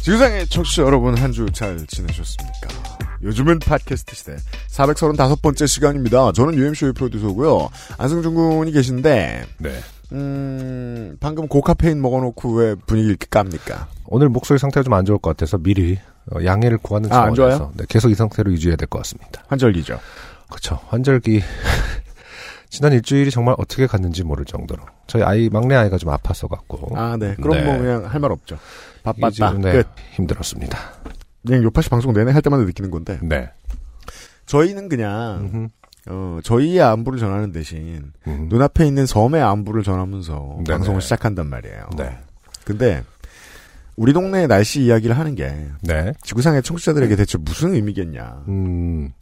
지구상의 청취자 여러분 한 주 잘 지내셨습니까? 요즘은 팟캐스트 시대 435번째 시간입니다. 저는 UMC의 프로듀서고요. 안승준 군이 계신데 네. 음, 방금 고카페인 먹어놓고 왜 분위기 이렇게 깝니까? 오늘 목소리 상태가 좀 안 좋을 것 같아서 미리 어, 양해를 구하는 아, 안 차원에서 좋아요? 네, 계속 이 상태로 유지해야 될 것 같습니다. 환절기죠. 그렇죠. 환절기 지난 일주일이 정말 어떻게 갔는지 모를 정도로 저희 아이 막내 아이가 좀 아팠어 갖고 아, 네. 그럼 네. 뭐 그냥 할 말 없죠. 바빴다. 끝. 힘들었습니다. 그냥 요파시 방송 내내 할 때마다 느끼는 건데 네. 저희는 그냥 음흠. 어, 저희의 안부를 전하는 대신 음. 눈앞에 있는 섬의 안부를 전하면서 네네. 방송을 시작한단 말이에요. 네. 근데 우리 동네 날씨 이야기를 하는 게 네. 지구상의 청취자들에게 대체 무슨 의미겠냐. 음.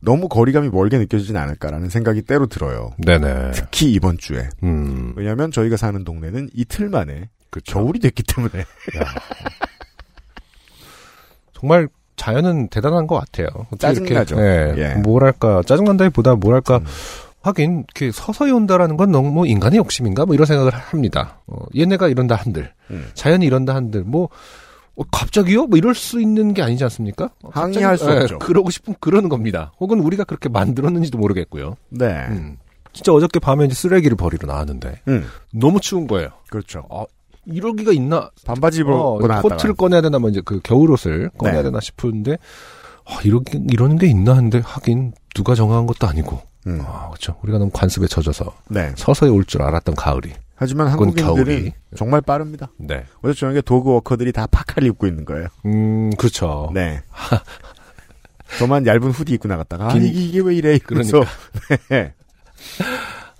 너무 거리감이 멀게 느껴지진 않을까라는 생각이 때로 들어요. 네네. 특히 이번 주에. 음. 왜냐하면 저희가 사는 동네는 이틀 만에 그쵸. 겨울이 됐기 때문에 야. 정말 자연은 대단한 것 같아요. 어떻게 짜증나죠. 이렇게, 예. 예. 뭐랄까 짜증난다기보다 뭐랄까 음. 하긴 이렇게 서서히 온다라는 건 너무 인간의 욕심인가 뭐 이런 생각을 합니다. 어, 얘네가 이런다 한들 음. 자연이 이런다 한들 뭐 어, 갑자기요? 뭐 이럴 수 있는 게 아니지 않습니까? 어, 갑자기- 항의할 수 예, 없죠. 그러고 싶으면 그러는 겁니다. 혹은 우리가 그렇게 만들었는지도 모르겠고요. 네. 음. 진짜 어저께 밤에 이제 쓰레기를 버리러 나왔는데 음, 너무 추운 거예요. 그렇죠. 이러기가 있나 반바지 입고 어, 나왔다가 코트를 꺼내야 되나, 뭐 이제 그 겨울옷을 꺼내야 네. 되나 싶은데, 아, 이런, 게- 이런 게 있나 하는데, 하긴, 누가 정한 것도 아니고, 음, 아, 그쵸. 우리가 너무 관습에 젖어서, 네. 서서히 올 줄 알았던 가을이. 하지만 그건 한국인들은 겨울이. 정말 빠릅니다. 네. 어제 저녁에 도그 워커들이 다 파카를 입고 있는 거예요. 음, 그쵸. 네. 저만 얇은 후디 입고 나갔다가 긴- 아니 이게- 이게 왜 이래 이러면서 그러니까. 네.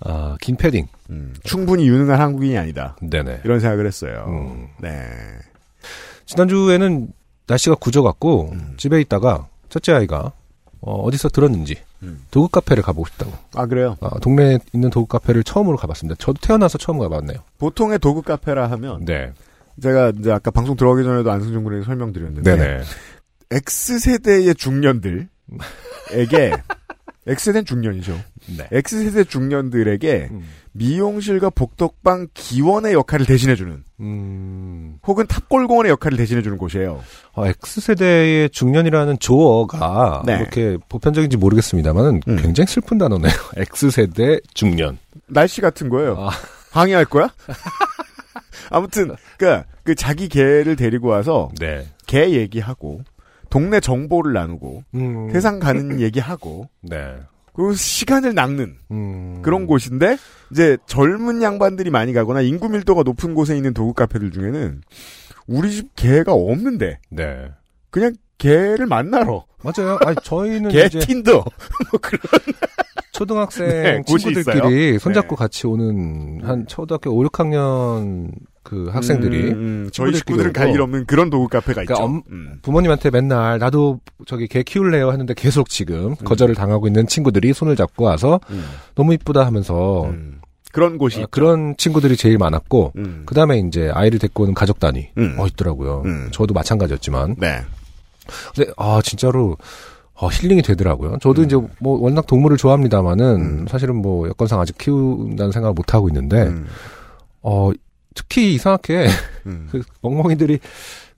아, 긴 패딩. 음, 충분히 유능한 한국인이 아니다. 네네. 이런 생각을 했어요. 음. 네. 지난주에는 날씨가 구져갖고, 집에 있다가, 첫째 아이가, 어, 어디서 들었는지, 음. 도구 카페를 가보고 싶다고. 아 그래요. 아, 동네에 있는 도구 카페를 처음으로 가봤습니다. 저도 태어나서 처음 가봤네요. 보통의 도구 카페라 하면 네. 제가 이제 아까 방송 들어가기 전에도 안승준 군에게 설명드렸는데 네네. X세대의 중년들에게 X세대는 중년이죠. 네. X세대 중년들에게 음. 미용실과 복덕방 기원의 역할을 대신해주는 음. 혹은 탑골공원의 역할을 대신해주는 곳이에요. 어, X세대의 중년이라는 조어가 네. 이렇게 보편적인지 모르겠습니다만 음. 굉장히 슬픈 단어네요. X세대 중년. 날씨 같은 거예요. 아. 항의할 거야? 아무튼 그러니까 그 자기 개를 데리고 와서 네. 개 얘기하고 동네 정보를 나누고 음. 세상 가는 얘기하고 네. 그리고 시간을 낚는 음. 그런 곳인데 이제 젊은 양반들이 많이 가거나 인구 밀도가 높은 곳에 있는 도구 카페들 중에는 우리 집 개가 없는데 네. 그냥 개를 만나러 맞아요. 아니, 저희는 개 이제 틴더 뭐 그런 초등학생 네, 곳이 친구들끼리 손잡고 네. 같이 오는 한 초등학교 5, 6학년 그 학생들이 음, 음, 저희 친구들끼리 식구들은 오고. 갈 일 없는 그런 도구 카페가 그러니까 있죠. 엄- 음. 부모님한테 맨날 나도 저기 개 키울래요 하는데 계속 지금 거절을 당하고 있는 친구들이 손을 잡고 와서 음. 너무 이쁘다 하면서 음. 그런 곳이 아, 그런 친구들이 제일 많았고 음. 그 다음에 이제 아이를 데리고 오는 가족 단위. 음. 어, 있더라고요. 음. 저도 마찬가지였지만. 네. 근데, 아, 진짜로, 어, 힐링이 되더라고요. 저도 음. 이제 뭐 워낙 동물을 좋아합니다만은 음. 사실은 뭐 여건상 아직 키운다는 생각을 못하고 있는데, 음. 어, 특히 이상하게 음. 그 멍멍이들이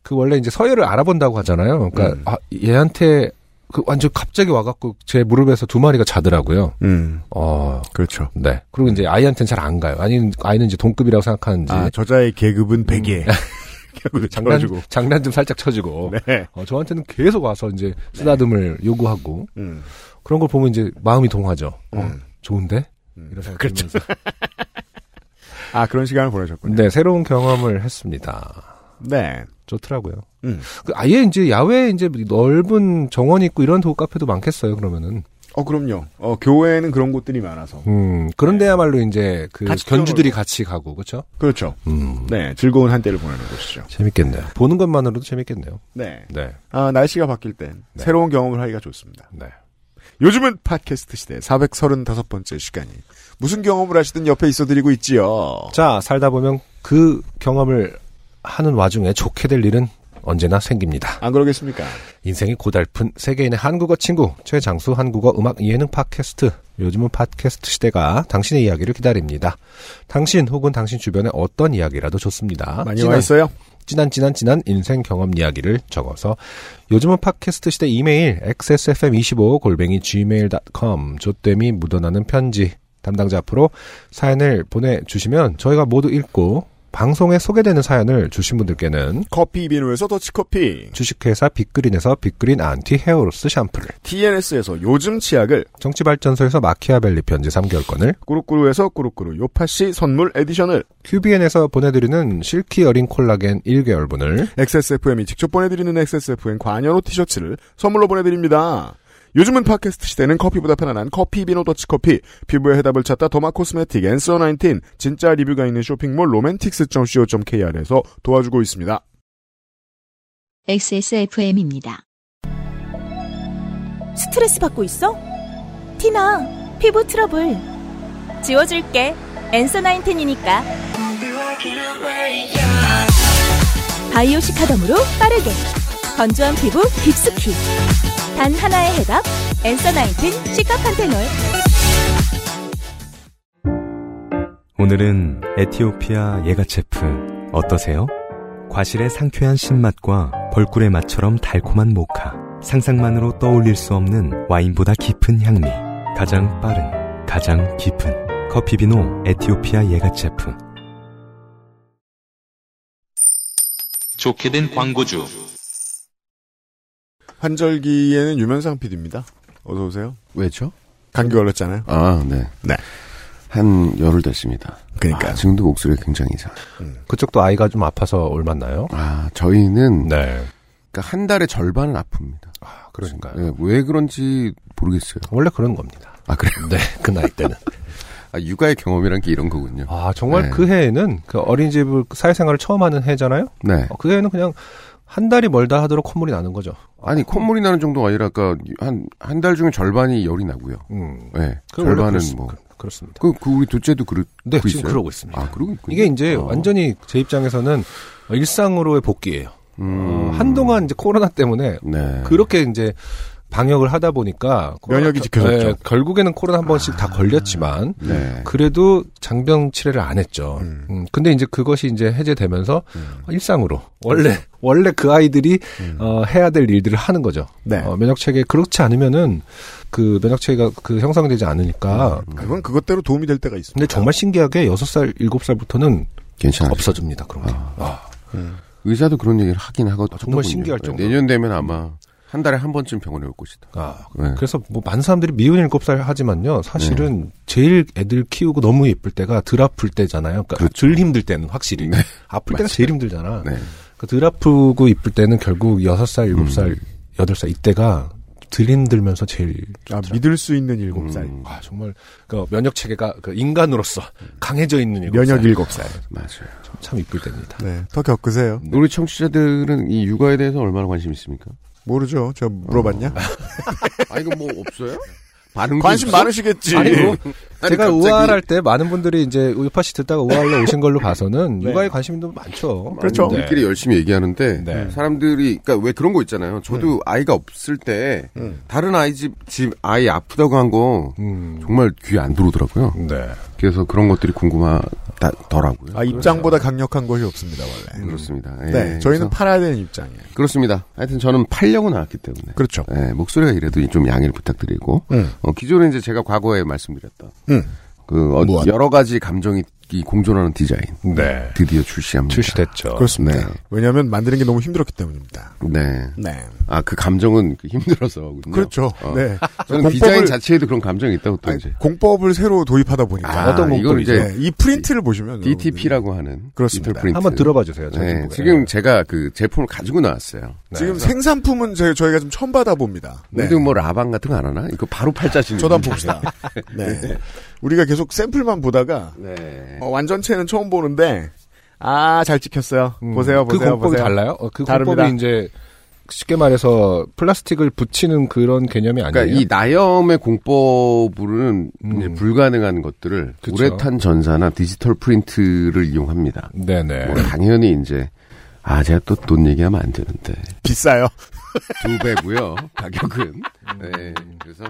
그 원래 이제 서열을 알아본다고 하잖아요. 그러니까, 음. 아, 얘한테 그 완전 갑자기 와갖고 제 무릎에서 두 마리가 자더라고요. 음. 어, 그렇죠. 네. 그리고 이제 아이한테는 잘 안 가요. 아니, 아이는 이제 동급이라고 생각하는지. 아, 저자의 계급은 100에. 장난, 장난주고. 장난 좀 살짝 쳐주고. 네. 어, 저한테는 계속 와서 이제 쓰다듬을 요구하고 음. 그런 걸 보면 이제 마음이 동하죠. 어, 음. 좋은데? 음. 이런 생각 그렇죠. 들면서. 아, 그런 시간을 보내셨군요. 네, 새로운 경험을 했습니다. 네. 좋더라고요. 음. 그 아예 이제 야외에 이제 넓은 정원이 있고 이런 도우 카페도 많겠어요, 그러면은. 어, 그럼요. 어, 교회에는 그런 곳들이 많아서. 음, 그런데야말로 이제 그 같이 견주들이 뛰어놀고. 같이 가고, 그렇죠? 그렇죠. 음. 네, 즐거운 한때를 보내는 곳이죠. 재밌겠네요. 보는 것만으로도 재밌겠네요. 네. 네. 아, 날씨가 바뀔 땐 네. 새로운 경험을 하기가 좋습니다. 네. 요즘은 팟캐스트 시대 435번째 시간이 무슨 경험을 하시든 옆에 있어드리고 있지요. 자, 살다 보면 그 경험을 하는 와중에 좋게 될 일은 언제나 생깁니다. 안 그러겠습니까? 인생이 고달픈 세계인의 한국어 친구, 최장수 한국어 음악 예능 팟캐스트. 요즘은 팟캐스트 시대가 당신의 이야기를 기다립니다. 당신 혹은 당신 주변의 어떤 이야기라도 좋습니다. 많이 아, 지난- 와 있어요. 지난 지난 지난 인생 경험 이야기를 적어서 요즘은 팟캐스트 시대 이메일 xsfm25 골뱅이 gmail.com 조땜이 묻어나는 편지 담당자 앞으로 사연을 보내주시면 저희가 모두 읽고 방송에 소개되는 사연을 주신 분들께는 커피 비누에서 더치커피, 주식회사 빅그린에서 빅그린 안티 헤어로스 샴푸를 TNS에서 요즘 치약을, 정치발전소에서 마키아벨리 편지 3개월권을 꾸루꾸루에서 꾸루꾸루 요파시 선물 에디션을, QBN에서 보내드리는 실키 어린 콜라겐 1개월분을 XSFM이 직접 보내드리는 XSFM 관여로 티셔츠를 선물로 보내드립니다. 요즘은 팟캐스트 시대는 커피보다 편안한 커피 비노 더치커피 피부의 해답을 찾다 더마 코스메틱 앤서 19 진짜 리뷰가 있는 쇼핑몰 로맨틱스.co.kr에서 도와주고 있습니다. XSFM입니다. 스트레스 받고 있어? 티나, 피부 트러블. 지워줄게. 엔서 나인텐이니까. 바이오 시카덤으로 빠르게. 건조한 피부 깊숙이. 단 하나의 해답. 엔서 나인텐 시카판테놀. 오늘은 에티오피아 예가체프 어떠세요? 과실의 상쾌한 신맛과 벌꿀의 맛처럼 달콤한 모카. 상상만으로 떠올릴 수 없는 와인보다 깊은 향미. 가장 빠른, 가장 깊은 커피비노 에티오피아 예가체프. 좋게 된 광고주. 환절기에는 유면상 PD입니다. 어서 오세요. 왜죠? 감기 걸렸잖아요. 아, 네. 네. 한 열흘 됐습니다. 그러니까요. 아, 지금도 목소리가 굉장히 이상. 그쪽도 아이가 좀 아파서 올맞나요? 아, 저희는 네. 그러니까 한 달에 절반은 아픕니다. 그러니까요. 네, 왜 그런지 모르겠어요. 원래 그런 겁니다. 아, 그래요? 네, 그 나이 때는. 아, 육아의 경험이란 게 이런 거군요. 아, 정말 네. 그 해에는 그 어린이집을 그 사회생활을 처음 하는 해잖아요? 네. 어, 그 해에는 그냥 한 달이 멀다 하도록 콧물이 나는 거죠. 아니, 콧물이 나는 정도가 아니라 아까 한 한 달 중에 절반이 열이 나고요. 음. 네. 그 원래 절반은 그렇습- 뭐 그, 그- 그렇습니다. 그 우리 둘째도 그렇 네, 그 지금 있어요? 그러고 있습니다. 아, 그러고 있군요. 이게 이제 어. 완전히 제 입장에서는 일상으로의 복귀예요. 음. 어, 한동안 이제 코로나 때문에 네. 그렇게 이제 방역을 하다 보니까 면역이 겨- 지켜졌죠. 아, 예, 결국에는 코로나 한 번씩 다 걸렸지만 네. 그래도 장병 치레를 안 했죠. 음. 근데 이제 그것이 이제 해제되면서 음. 일상으로 원래 원래 그 아이들이 어, 해야 될 일들을 하는 거죠. 네. 어, 면역 체계 그렇지 않으면은 그 면역 체계가 그 형성되지 않으니까. 그건 그것대로 도움이 될 때가 있습니다. 근데 정말 신기하게 여섯 살 일곱 살부터는 괜찮아요. 없어집니다. 그런 게. 아, 의사도 그런 얘기를 하긴 하거든요. 네. 아, 정말 신기할 정도로. 내년 되면 아마 한 달에 한 번쯤 병원에 올 것이다. 아, 네. 그래서 뭐 많은 사람들이 미운 일곱 살 하지만요. 사실은 제일 애들 키우고 너무 예쁠 때가 덜 아플 때잖아요. 그러니까 덜 힘들 때는 확실히 아플 때가 제일 힘들잖아. 네. 그덜 아프고 이쁠 때는 결국 여섯 살 일곱 살 여덟 살 이때가 덜 힘들면서 제일 아, 믿을 수 있는 일곱 살 음, 아 정말 그 면역 체계가 그 인간으로서 강해져 있는 일곱 면역 살. 일곱 살 맞아요. 참 이쁠 때입니다. 네, 더 겪으세요. 우리 청취자들은 이 육아에 대해서 얼마나 관심 있습니까? 모르죠. 저 물어봤냐? 아 이거 뭐 없어요? 반응 관심 많으시겠지. 아니, 뭐, 제가 갑자기- 우아할 때 많은 분들이 이제 우파 씨 듣다가 우아하러 오신 걸로 봐서는 육아에 관심도 많죠. 그렇죠. 네. 우리끼리 열심히 얘기하는데 네. 사람들이 그러니까 왜 그런 거 있잖아요. 저도 아이가 없을 때 다른 아이 집 집 아이 아프다고 한 거 음, 정말 귀에 안 들어오더라고요. 네. 그래서 그런 것들이 궁금하더라고요. 아, 입장보다 강력한 것이 없습니다, 원래. 뭐, 그렇습니다. 예, 네, 저희는 그래서 팔아야 되는 입장이에요. 그렇습니다. 하여튼 저는 팔려고 나왔기 때문에 그렇죠. 예, 목소리가 이래도 좀 양해를 부탁드리고 음. 어, 기존에 이제 제가 과거에 말씀드렸던 음. 그 어- 무한. 여러 가지 감정이 이 공존하는 디자인. 네. 드디어 출시합니다. 출시됐죠. 그렇습니다. 네. 왜냐하면 만드는 게 너무 힘들었기 때문입니다. 네. 네. 아, 그 감정은 그 힘들어서. 하거든요. 그렇죠. 어. 네. 저는 공법을- 디자인 자체에도 그런 감정이 있다고 또 아니, 이제. 공법을 새로 도입하다 보니까 아, 어떤 이걸 공법이죠? 이제 네, 이 프린트를 보시면 DTP라고 하는. 그렇습니다. 디지털 프린트. 한번 들어봐 주세요. 저희 예. 네, 궁금해요. 지금 제가 그 제품을 가지고 나왔어요. 네. 지금 생산품은 저희, 저희가 좀 처음 받아봅니다. 네. 우리도 뭐 라방 같은 거 안 하나? 이거 바로 팔 자신. 저도 한번 봅시다. 네. 우리가 계속 샘플만 보다가 네. 어, 완전체는 처음 보는데 아 잘 찍혔어요. 음, 보세요, 그 보세요, 공법이 보세요. 달라요? 어, 그 다릅니다. 공법이 이제 쉽게 말해서 플라스틱을 붙이는 그런 개념이 아니에요. 그러니까 이 나염의 공법으로는 음. 이제 불가능한 것들을 그쵸. 우레탄 전사나 디지털 프린트를 이용합니다. 예. 네네. 뭐 당연히 이제 아 제가 또 돈 얘기하면 안 되는데 비싸요. 두 배고요 가격은. 네, 그래서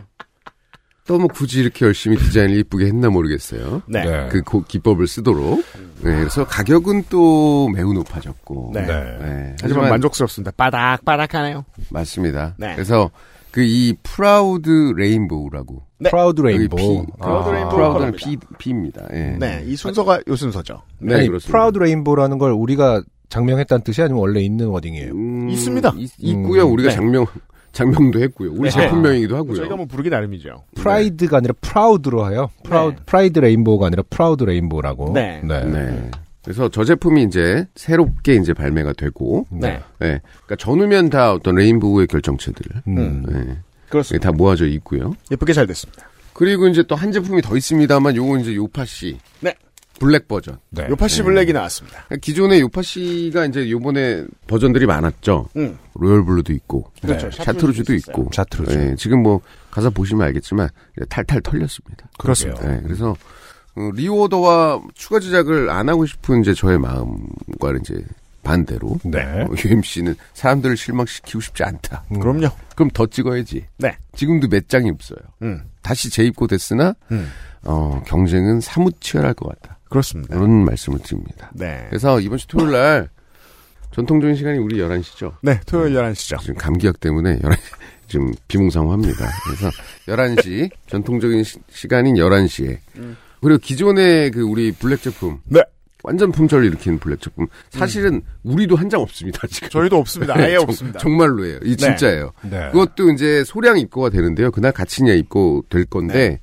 또 뭐 굳이 이렇게 열심히 디자인을 이쁘게 했나 모르겠어요. 네. 네. 그 고- 기법을 쓰도록. 네, 그래서 가격은 또 매우 높아졌고. 네. 네, 하지만 만족스럽습니다. 빠닥빠닥하네요. 맞습니다. 네. 그래서 그 이 프라우드 레인보우라고 네. 프라우드 여기 레인보우. P, 프라우드 아. 레인보우 프라우드는 컬러입니다. P, P입니다. 예. 네, 이 순서가 요 순서죠. 네, 아니, 그렇습니다. 프라우드 레인보우라는 걸 우리가 장명했다는 뜻이 아니면 원래 있는 워딩이에요. 음, 있습니다. 있, 있고요. 음, 우리가 네. 장명 장명도 했고요. 우리 네. 제품명이기도 하고요. 저희가 뭐 부르기 나름이죠. 네. 프라이드가 아니라 프라우드로 해요. 프라우드, 네. 프라이드 레인보우가 아니라 프라우드 레인보우라고. 네. 네. 네. 그래서 저 제품이 이제 새롭게 이제 발매가 되고, 네, 예. 그러니까 전후면 다 어떤 레인보우의 결정체들, 음. 음. 예. 그렇습니다. 예, 다 모아져 있고요. 예쁘게 잘 됐습니다. 그리고 이제 또 한 제품이 더 있습니다만, 요건 이제 요파시, 네. 블랙 버전. 네. 요파시 블랙이 나왔습니다. 그러니까 기존에 요파시가 이제 요번에 버전들이 많았죠. 음. 로열 블루도 있고, 네. 그렇죠. 샤트루즈도 샤트루즈도 있고, 자트로죠. 예, 지금 뭐 가사 보시면 알겠지만 이제 탈탈 털렸습니다. 그렇습니다. 예, 그래서 어, 리오더와 추가 제작을 안 하고 싶은 이제 저의 마음과 이제 반대로 네. UMC는 사람들을 실망시키고 싶지 않다. 그럼요. 그럼 더 찍어야지. 네. 지금도 몇 장이 없어요. 음. 다시 재입고 됐으나 음. 어, 경쟁은 사뭇 치열할 것 같다. 그렇습니다. 이런 말씀을 드립니다. 네. 그래서 이번 주 토요일 날 전통적인 시간이 우리 11시죠. 네, 토요일 11시죠. 지금 감기약 때문에 11시, 지금 비몽사몽합니다. 그래서 11시, 전통적인 시, 간인 11시에. 그리고 기존의 그 우리 블랙 제품. 네. 완전 품절 일으킨 블랙 제품. 사실은 우리도 한 장 없습니다, 지금. 저희도 없습니다. 네, 아예 정- 없습니다. 정말로예요. 이 진짜예요. 네. 그것도 이제 소량 입고가 되는데요. 그날 같이 그냥 입고 될 건데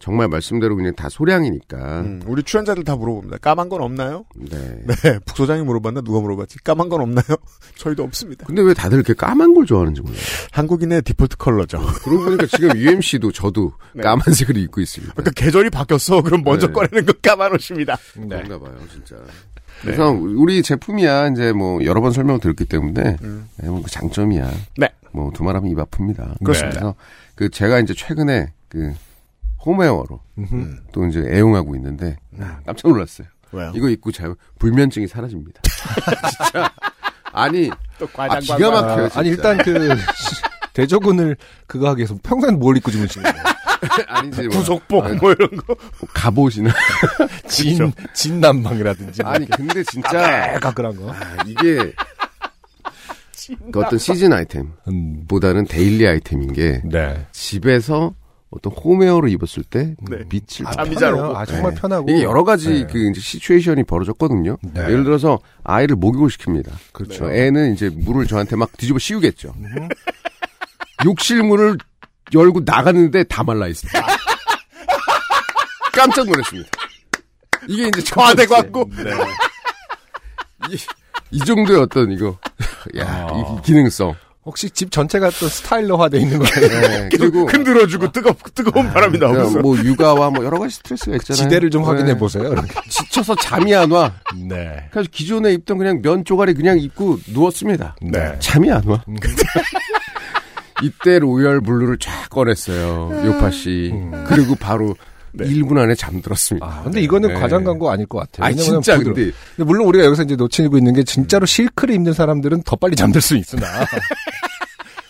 정말 말씀대로 그냥 다 소량이니까. 네. 음, 우리 출연자들 다 물어봅니다. 까만 건 없나요? 네. 네, 북소장이 물어봤나? 누가 물어봤지? 까만 건 없나요? 저희도 없습니다. 근데 왜 다들 이렇게 까만 걸 좋아하는지 몰라요. 한국인의 디폴트 컬러죠. 그러고 보니까 지금 UMC도 저도 네. 까만색을 입고 있습니다. 그러니까 계절이 바뀌었어. 그럼 먼저 네. 꺼내는 건 까만 옷입니다. 네. 그런가 봐요, 진짜. 그래서 우리 제품이야 이제 뭐 여러 번 설명을 드렸기 때문에 네, 뭐그 장점이야. 음. 네. 뭐 두 말하면 입 아픕니다. 그렇습니다. 그래서 그 제가 이제 최근에 그 홈웨어로 또 이제 애용하고 있는데 네. 아, 깜짝 놀랐어요. 왜요? 이거 입고 잘 불면증이 사라집니다. 진짜 아니 또 아, 기가 아, 막혀요. 진짜. 아니 일단 그 대조군을 그거 하기 위해서 평생 뭘 입고 주무시는 거예요? 아니지 뭐 구속복 뭐 이런 거. 갑옷이나 진 진난방이라든지 아니 근데 진짜 가그란 거. 아, 이게 그 어떤 시즌 아이템보다는 음, 데일리 아이템인 게 네. 집에서 어떤 홈웨어를 입었을 때 네. 빛을 아, 딱- 잠이 잘 편해요. 오고. 아 정말 네. 편하고 이게 여러 가지 네. 그 이제 시츄에이션이 벌어졌거든요. 네. 예를 들어서 아이를 목욕을 시킵니다. 그렇죠. 음. 어, 애는 이제 물을 저한테 막 뒤집어 씌우겠죠. 욕실 문을 열고 나갔는데 다 말라 있습니다. 깜짝 놀랐습니다. 이게 아, 네, 이제 과대 첫 번째. 광고. 이, 이 정도의 어떤 이거 야 아. 이, 이 기능성 혹시 집 전체가 또 스타일러화 돼 있는 거예요? 네, 그리고 흔들어주고 뜨겁 뜨거운 바람이 나오면서. 뭐 육아와 뭐 여러 가지 스트레스가 있잖아요. 지대를 좀 네. 확인해 보세요. 이렇게. 지쳐서 잠이 안 와. 네. 그래서 기존에 입던 그냥 면 쪼가리 그냥 입고 누웠습니다. 네. 잠이 안 와. 이때 로열 블루를 쫙 꺼냈어요. 요파 씨. 그리고 바로 1분 안에 잠들었습니다. 음. 네. 아, 근데 이거는 네. 과장 광고 아닐 것 같아요. 아니, 왜냐면은 진짜 부드러워. 근데- 근데 물론 우리가 여기서 이제 놓치고 있는 게 진짜로 실크를 입는 사람들은 더 빨리 잠들 수 있으나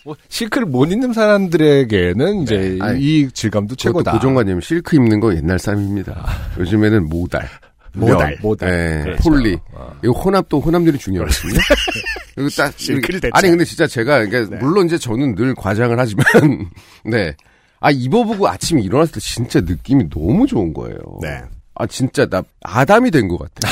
뭐 실크를 못 입는 사람들에게는 이제 네. 아니, 이 질감도 그것도 최고다. 아. 고정관념 실크 입는 건 옛날 삶입니다. 요즘에는 모달. 모달, 면, 모달. 예, 그렇죠. 폴리. 이거 혼합도 혼합률이 중요하거든요. 그리고 딱 실크를 대체. 아니 근데 진짜 제가 그러니까 네. 물론 이제 저는 늘 과장을 하지만 네. 아 입어보고 아침에 일어났을 때 진짜 느낌이 너무 좋은 거예요. 네. 아 진짜 나 아담이 된 것 같아.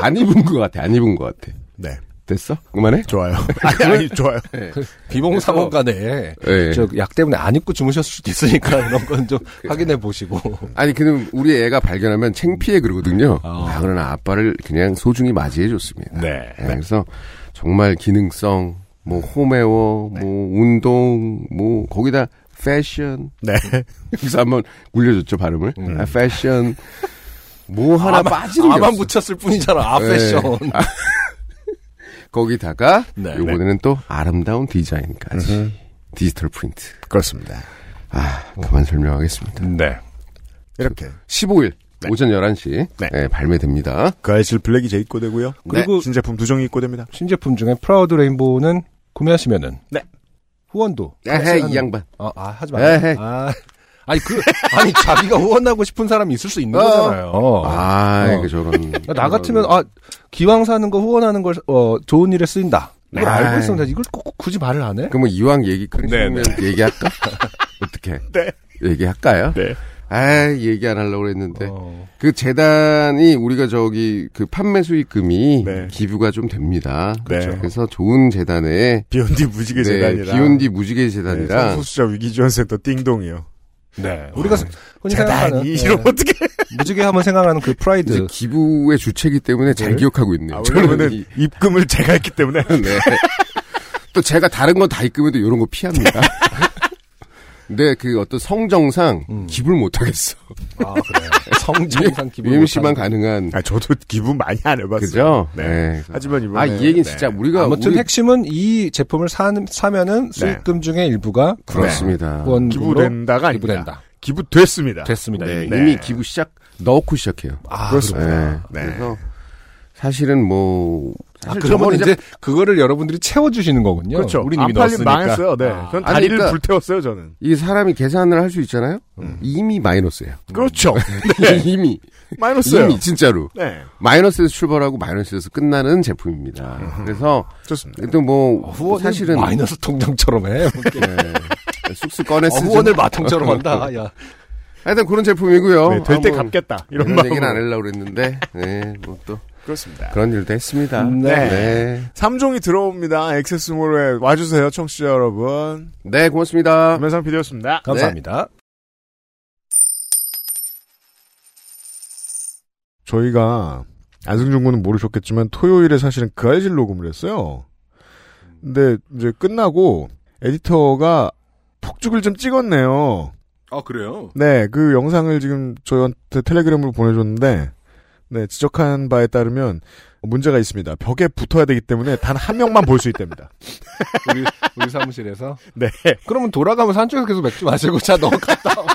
안 입은 것 같아. 안 입은 것 같아. 네. 됐어? 그만해? 좋아요. 아니, 아니, 좋아요. 네. 비봉사원간에 예. 저 약 때문에 안 입고 주무셨을 수도 있으니까 이런 건 좀 그렇죠. 확인해 보시고 아니 그럼 우리 애가 발견하면 창피해 그러거든요. 어. 아, 그러나 아빠를 그냥 소중히 맞이해 줬습니다. 네. 그래서 정말 기능성, 뭐 홈웨어, 네. 뭐 운동, 뭐 거기다 패션. 네. 그래서 한번 굴려줬죠 발음을. 아, 패션. 뭐 하나 빠지는 게 아만 없어. 붙였을 뿐이잖아. 아 예. 패션. 아, 거기다가 네. 음. 요번에는 또 아름다운 디자인까지 디지털 프린트. 그렇습니다. 아 그만 설명하겠습니다. 네. 이렇게. 15일 네. 오전 11시 네. 예, 발매됩니다. 그 아이실 블랙이 제 입고되고요. 네. 그리고- 신제품 두 종이 입고됩니다. 신제품 중에 프라우드 레인보우는 구매하시면은 네. 후원도 에헤 이 양반. 어, 아 하지 마요. 에헤이. 아, 아니 그 아니 자기가 후원하고 싶은 사람이 있을 수 있는 어. 거잖아요. 아, 어. 이거 저런. 나 같으면 어. 아 기왕 사는 거 후원하는 걸 어, 좋은 일에 쓰인다. 이걸 네. 알고 있으면 되지. 이걸 꼭 굳이 말을 안 해? 그러면 뭐 이왕 얘기 끊으면 얘기할까? 어떻게? 네. 얘기할까요? 네. 아, 얘기 안 하려고 그랬는데. 어, 그 재단이 우리가 저기 그 판매 수익금이 네. 기부가 좀 됩니다. 그렇죠. 네. 그래서 좋은 재단에 네, 비욘디 무지개 재단이라. 비온디 무지개 네, 재단이라 성소수자 위기지원센터 띵동이요. 네. 우리가 흔히 생각하는 재단이 이름 네. 예, 어떻게? 무지개 하면 생각하는 그 이제 프라이드. 기부의 주체이기 때문에 잘 기억하고 있네요. 아, 저는 왜냐면은 이- 입금을 제가 했기 때문에. 네. 또 제가 다른 건 다 입금해도 이런 거 피합니다. 근데 그 어떤 성정상 기부를 못 하겠어. 아 그래. 성정상 기부. 유임 씨만 가능한 아, 저도 기분 많이 안 해봤어요. 그죠? 네. 네. 하지만 이번에 아 이 얘기는 네. 진짜 우리가 아무튼 우리- 핵심은 이 제품을 사, 사면은 수익금 중에 일부가 그렇습니다. 후원금으로 기부된다가 아닙니다. 기부된다. 기부됐습니다. 됐습니다. 네, 이미. 이미 기부 시작 넣고 시작해요. 아, 그렇습니다. 네. 네. 그래서 사실은 뭐 아, 사실 그러면 저번에 이제 아, 그거를 여러분들이 채워주시는 거군요. 그렇죠. 우린 안 이미 팔린 넣었으니까. 망했어요. 네. 아. 전 아니, 다리를 그러니까- 불태웠어요, 저는. 음. 이 사람이 계산을 할 수 있잖아요. 이미 마이너스예요. 그렇죠. 이미 마이너스요. 이미 진짜로 네. 마이너스에서 출발하고 마이너스에서 끝나는 제품입니다. 그래서 좋습니다. 일단 뭐 아, 어, 후원은 사실은 마이너스 통장처럼 해. 네, 쑥쑥 꺼내 아, 어, 쓰죠. 후원을 마통처럼 한다. 야. 하여튼 그런 제품이고요. 네, 될때 아, 뭐 갚겠다. 이런 이런 마음. 얘기는 안 하려고 그랬는데 네, 뭐또 그렇습니다. 그런 일도 했습니다. 네. 네. 3종이 들어옵니다. 액세스몰에 와주세요, 청취자 여러분. 네, 고맙습니다. 김현상 PD였습니다. 감사합니다. 저희가 안승준 군은 모르셨겠지만 토요일에 사실은 그 알실 녹음을 했어요. 근데 이제 끝나고 에디터가 폭죽을 좀 찍었네요. 아 그래요? 네, 그 영상을 지금 저희한테 텔레그램으로 보내줬는데, 네, 지적한 바에 따르면 문제가 있습니다. 벽에 붙어야 되기 때문에 단 한 명만 볼 수 있답니다. 우리, 우리 사무실에서. 네. 그러면 돌아가면서 한쪽에서 계속 맥주 마시고 자 너 갔다. 와.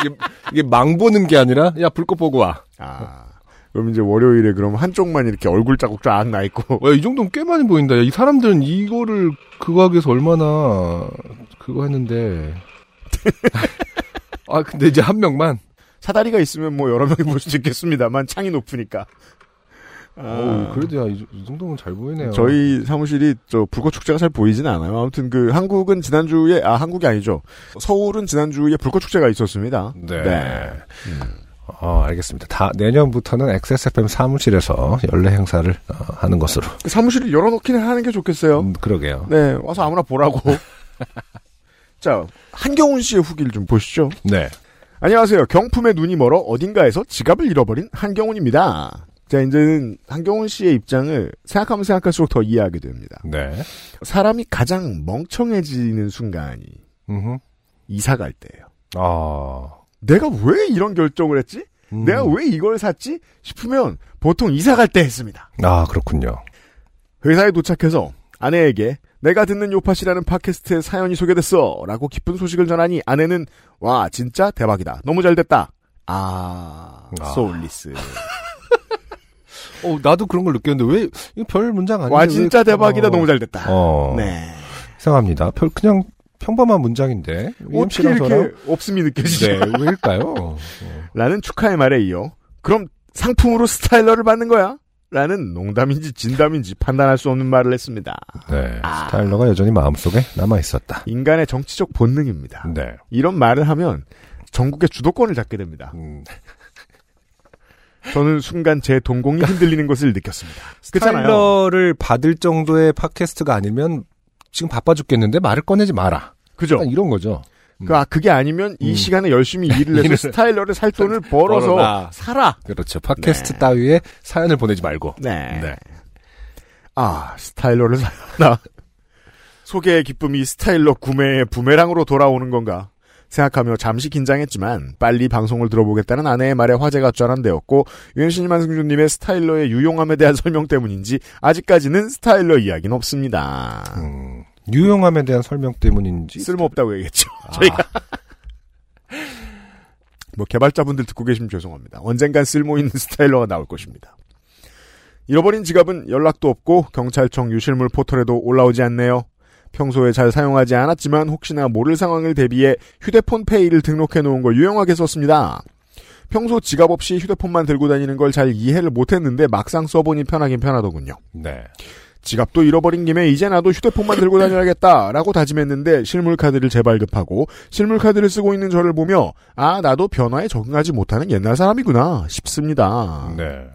이게, 이게 망 보는 게 아니라 야 불꽃 보고 와. 아. 그럼 이제 월요일에 그럼 한쪽만 이렇게 얼굴 자국 쫙 나 있고. 와, 이 정도면 꽤 많이 보인다. 야, 이 사람들은 이거를 그거 하기 위해서 얼마나 그거 했는데. 아, 근데 이제 한 명만. 사다리가 있으면 뭐 여러 명이 볼 수 있겠습니다만 창이 높으니까. 아. 어우, 그래도 야, 이, 이 정도면 잘 보이네요. 저희 사무실이 저 불꽃 축제가 잘 보이진 않아요. 아무튼 그 한국은 지난주에 아 한국이 아니죠. 서울은 지난주에 불꽃 축제가 있었습니다. 네. 네. 어, 알겠습니다. 다, 내년부터는 XSFM 사무실에서 연례 행사를 어, 하는 것으로. 그 사무실을 열어놓기는 하는 게 좋겠어요. 음, 그러게요. 네, 와서 아무나 보라고. 자, 한경훈 씨의 후기를 좀 보시죠. 네. 안녕하세요. 경품의 눈이 멀어 어딘가에서 지갑을 잃어버린 한경훈입니다. 자, 이제는 한경훈 씨의 입장을 생각하면 생각할수록 더 이해하게 됩니다. 네. 사람이 가장 멍청해지는 순간이 음흠. 이사 갈 때예요. 아. 내가 왜 이런 결정을 했지? 음. 내가 왜 이걸 샀지? 싶으면 보통 이사 갈 때 했습니다. 아, 그렇군요. 회사에 도착해서 아내에게 내가 듣는 요팟이라는 팟캐스트에 사연이 소개됐어 라고 기쁜 소식을 전하니 아내는 와 진짜 대박이다 너무 잘됐다 아 아. 소울리스 어, 나도 그런 걸 느꼈는데 왜, 이거 별 문장 아닌데. 와 왜 진짜 그- 대박이다 어. 너무 잘됐다 어. 네 이상합니다. 별, 그냥 평범한 문장인데. 어떻게 UMC 랑 저랑 이렇게 없음이 느껴지죠 네, 왜일까요? 어. 라는 축하의 말에 이어 그럼 상품으로 스타일러를 받는 거야? 라는 농담인지 진담인지 판단할 수 없는 말을 했습니다 네, 아. 스타일러가 여전히 마음속에 남아 있었다. 인간의 정치적 본능입니다 네. 이런 말을 하면 전국의 주도권을 잡게 됩니다 음, 저는 순간 제 동공이 흔들리는 것을 느꼈습니다. 그렇잖아요. 스타일러를 받을 정도의 팟캐스트가 아니면 지금 바빠 죽겠는데 말을 꺼내지 마라. 그죠? 약간 이런 거죠. 그, 아, 그게 아니면 이 음. 시간에 열심히 일을 해서 일을- 스타일러를 살 돈을 벌어서 벌어라. 살아. 그렇죠. 팟캐스트 따위에 사연을 보내지 말고. 네. 아, 스타일러를 사나. 소개의 기쁨이 스타일러 구매의 부메랑으로 돌아오는 건가? 생각하며 잠시 긴장했지만 빨리 방송을 들어보겠다는 아내의 말에 화제가 쫘란되었고 유현신님 한승준님의 스타일러의 유용함에 대한 설명 때문인지 아직까지는 스타일러 이야기는 없습니다. 음, 유용함에 대한 설명 때문인지. 쓸모없다고 얘기했죠. 아, 뭐 개발자분들 듣고 계시면 죄송합니다. 언젠간 쓸모 있는 스타일러가 나올 것입니다. 잃어버린 지갑은 연락도 없고 경찰청 유실물 포털에도 올라오지 않네요. 평소에 잘 사용하지 않았지만 혹시나 모를 상황을 대비해 휴대폰 페이를 등록해 놓은 걸 유용하게 썼습니다. 평소 지갑 없이 휴대폰만 들고 다니는 걸 잘 이해를 못했는데 막상 써보니 편하긴 편하더군요. 네. 지갑도 잃어버린 김에 이제 나도 휴대폰만 들고 다녀야겠다라고 다짐했는데 실물카드를 재발급하고 실물카드를 쓰고 있는 저를 보며 아 나도 변화에 적응하지 못하는 옛날 사람이구나 싶습니다. 네.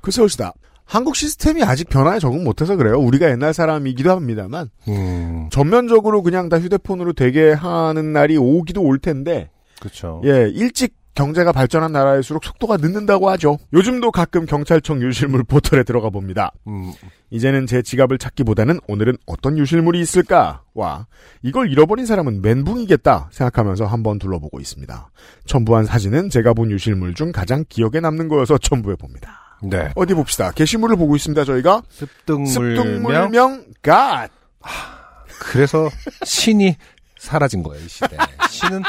글쎄 옳시다. 한국 시스템이 아직 변화에 적응 못해서 그래요. 우리가 옛날 사람이기도 합니다만 음, 전면적으로 그냥 다 휴대폰으로 되게 하는 날이 오기도 올 텐데 그렇죠. 예, 일찍 경제가 발전한 나라일수록 속도가 늦는다고 하죠. 요즘도 가끔 경찰청 유실물 포털에 들어가 봅니다. 음, 이제는 제 지갑을 찾기보다는 오늘은 어떤 유실물이 있을까와 이걸 잃어버린 사람은 멘붕이겠다 생각하면서 한번 둘러보고 있습니다. 첨부한 사진은 제가 본 유실물 중 가장 기억에 남는 거여서 첨부해 봅니다. 네. 어디 봅시다. 게시물을 보고 있습니다. 저희가 습등물명. 습등물명 갓 그래서 신이 사라진 거예요, 이 시대. 신은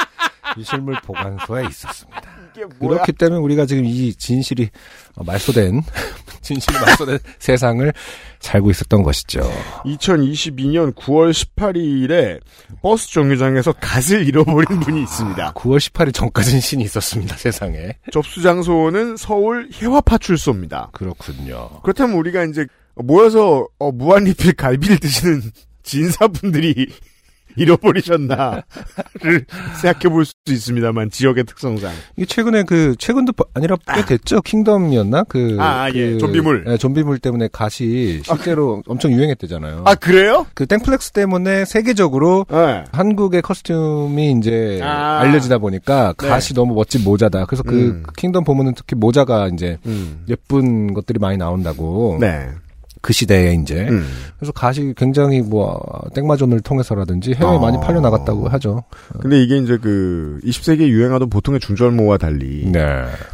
유실물 보관소에 있었습니다. 이게 뭐야? 그렇기 때문에 우리가 지금 이 진실이 어, 말소된 진실이 말소된 세상을 살고 있었던 것이죠. 2022년 9월 18일에 버스 정류장에서 갓을 잃어버린 분이 있습니다. 9월 18일 전까지는 신이 있었습니다, 세상에. 접수 장소는 서울 혜화파출소입니다. 그렇군요. 그렇다면 우리가 이제 모여서 어, 무한리필 갈비를 드시는 진사분들이 잃어버리셨나를 생각해 볼 수도 있습니다만 지역의 특성상 이게 최근에 그 최근도 바- 아니라 꽤 됐죠. 킹덤이었나? 그, 아, 아, 예. 그- 좀비물. 그- 예, 좀비물 때문에 갓이 실제로 엄청 유행했대잖아요. 아 그래요? 그 땡플렉스 때문에 세계적으로 네. 한국의 커스튬이 이제 아. 알려지다 보니까 네. 갓이 너무 멋진 모자다. 그래서 그 음. 킹덤 보면은 특히 모자가 이제 예쁜 것들이 많이 나온다고. 네. 그 시대에 이제. 음. 그래서 갓이 굉장히 뭐 아, 땡마존을 통해서라든지 해외에 아. 많이 팔려 나갔다고 하죠. 근데 이게 이제 그 20세기에 유행하던 보통의 중절모와 달리 네.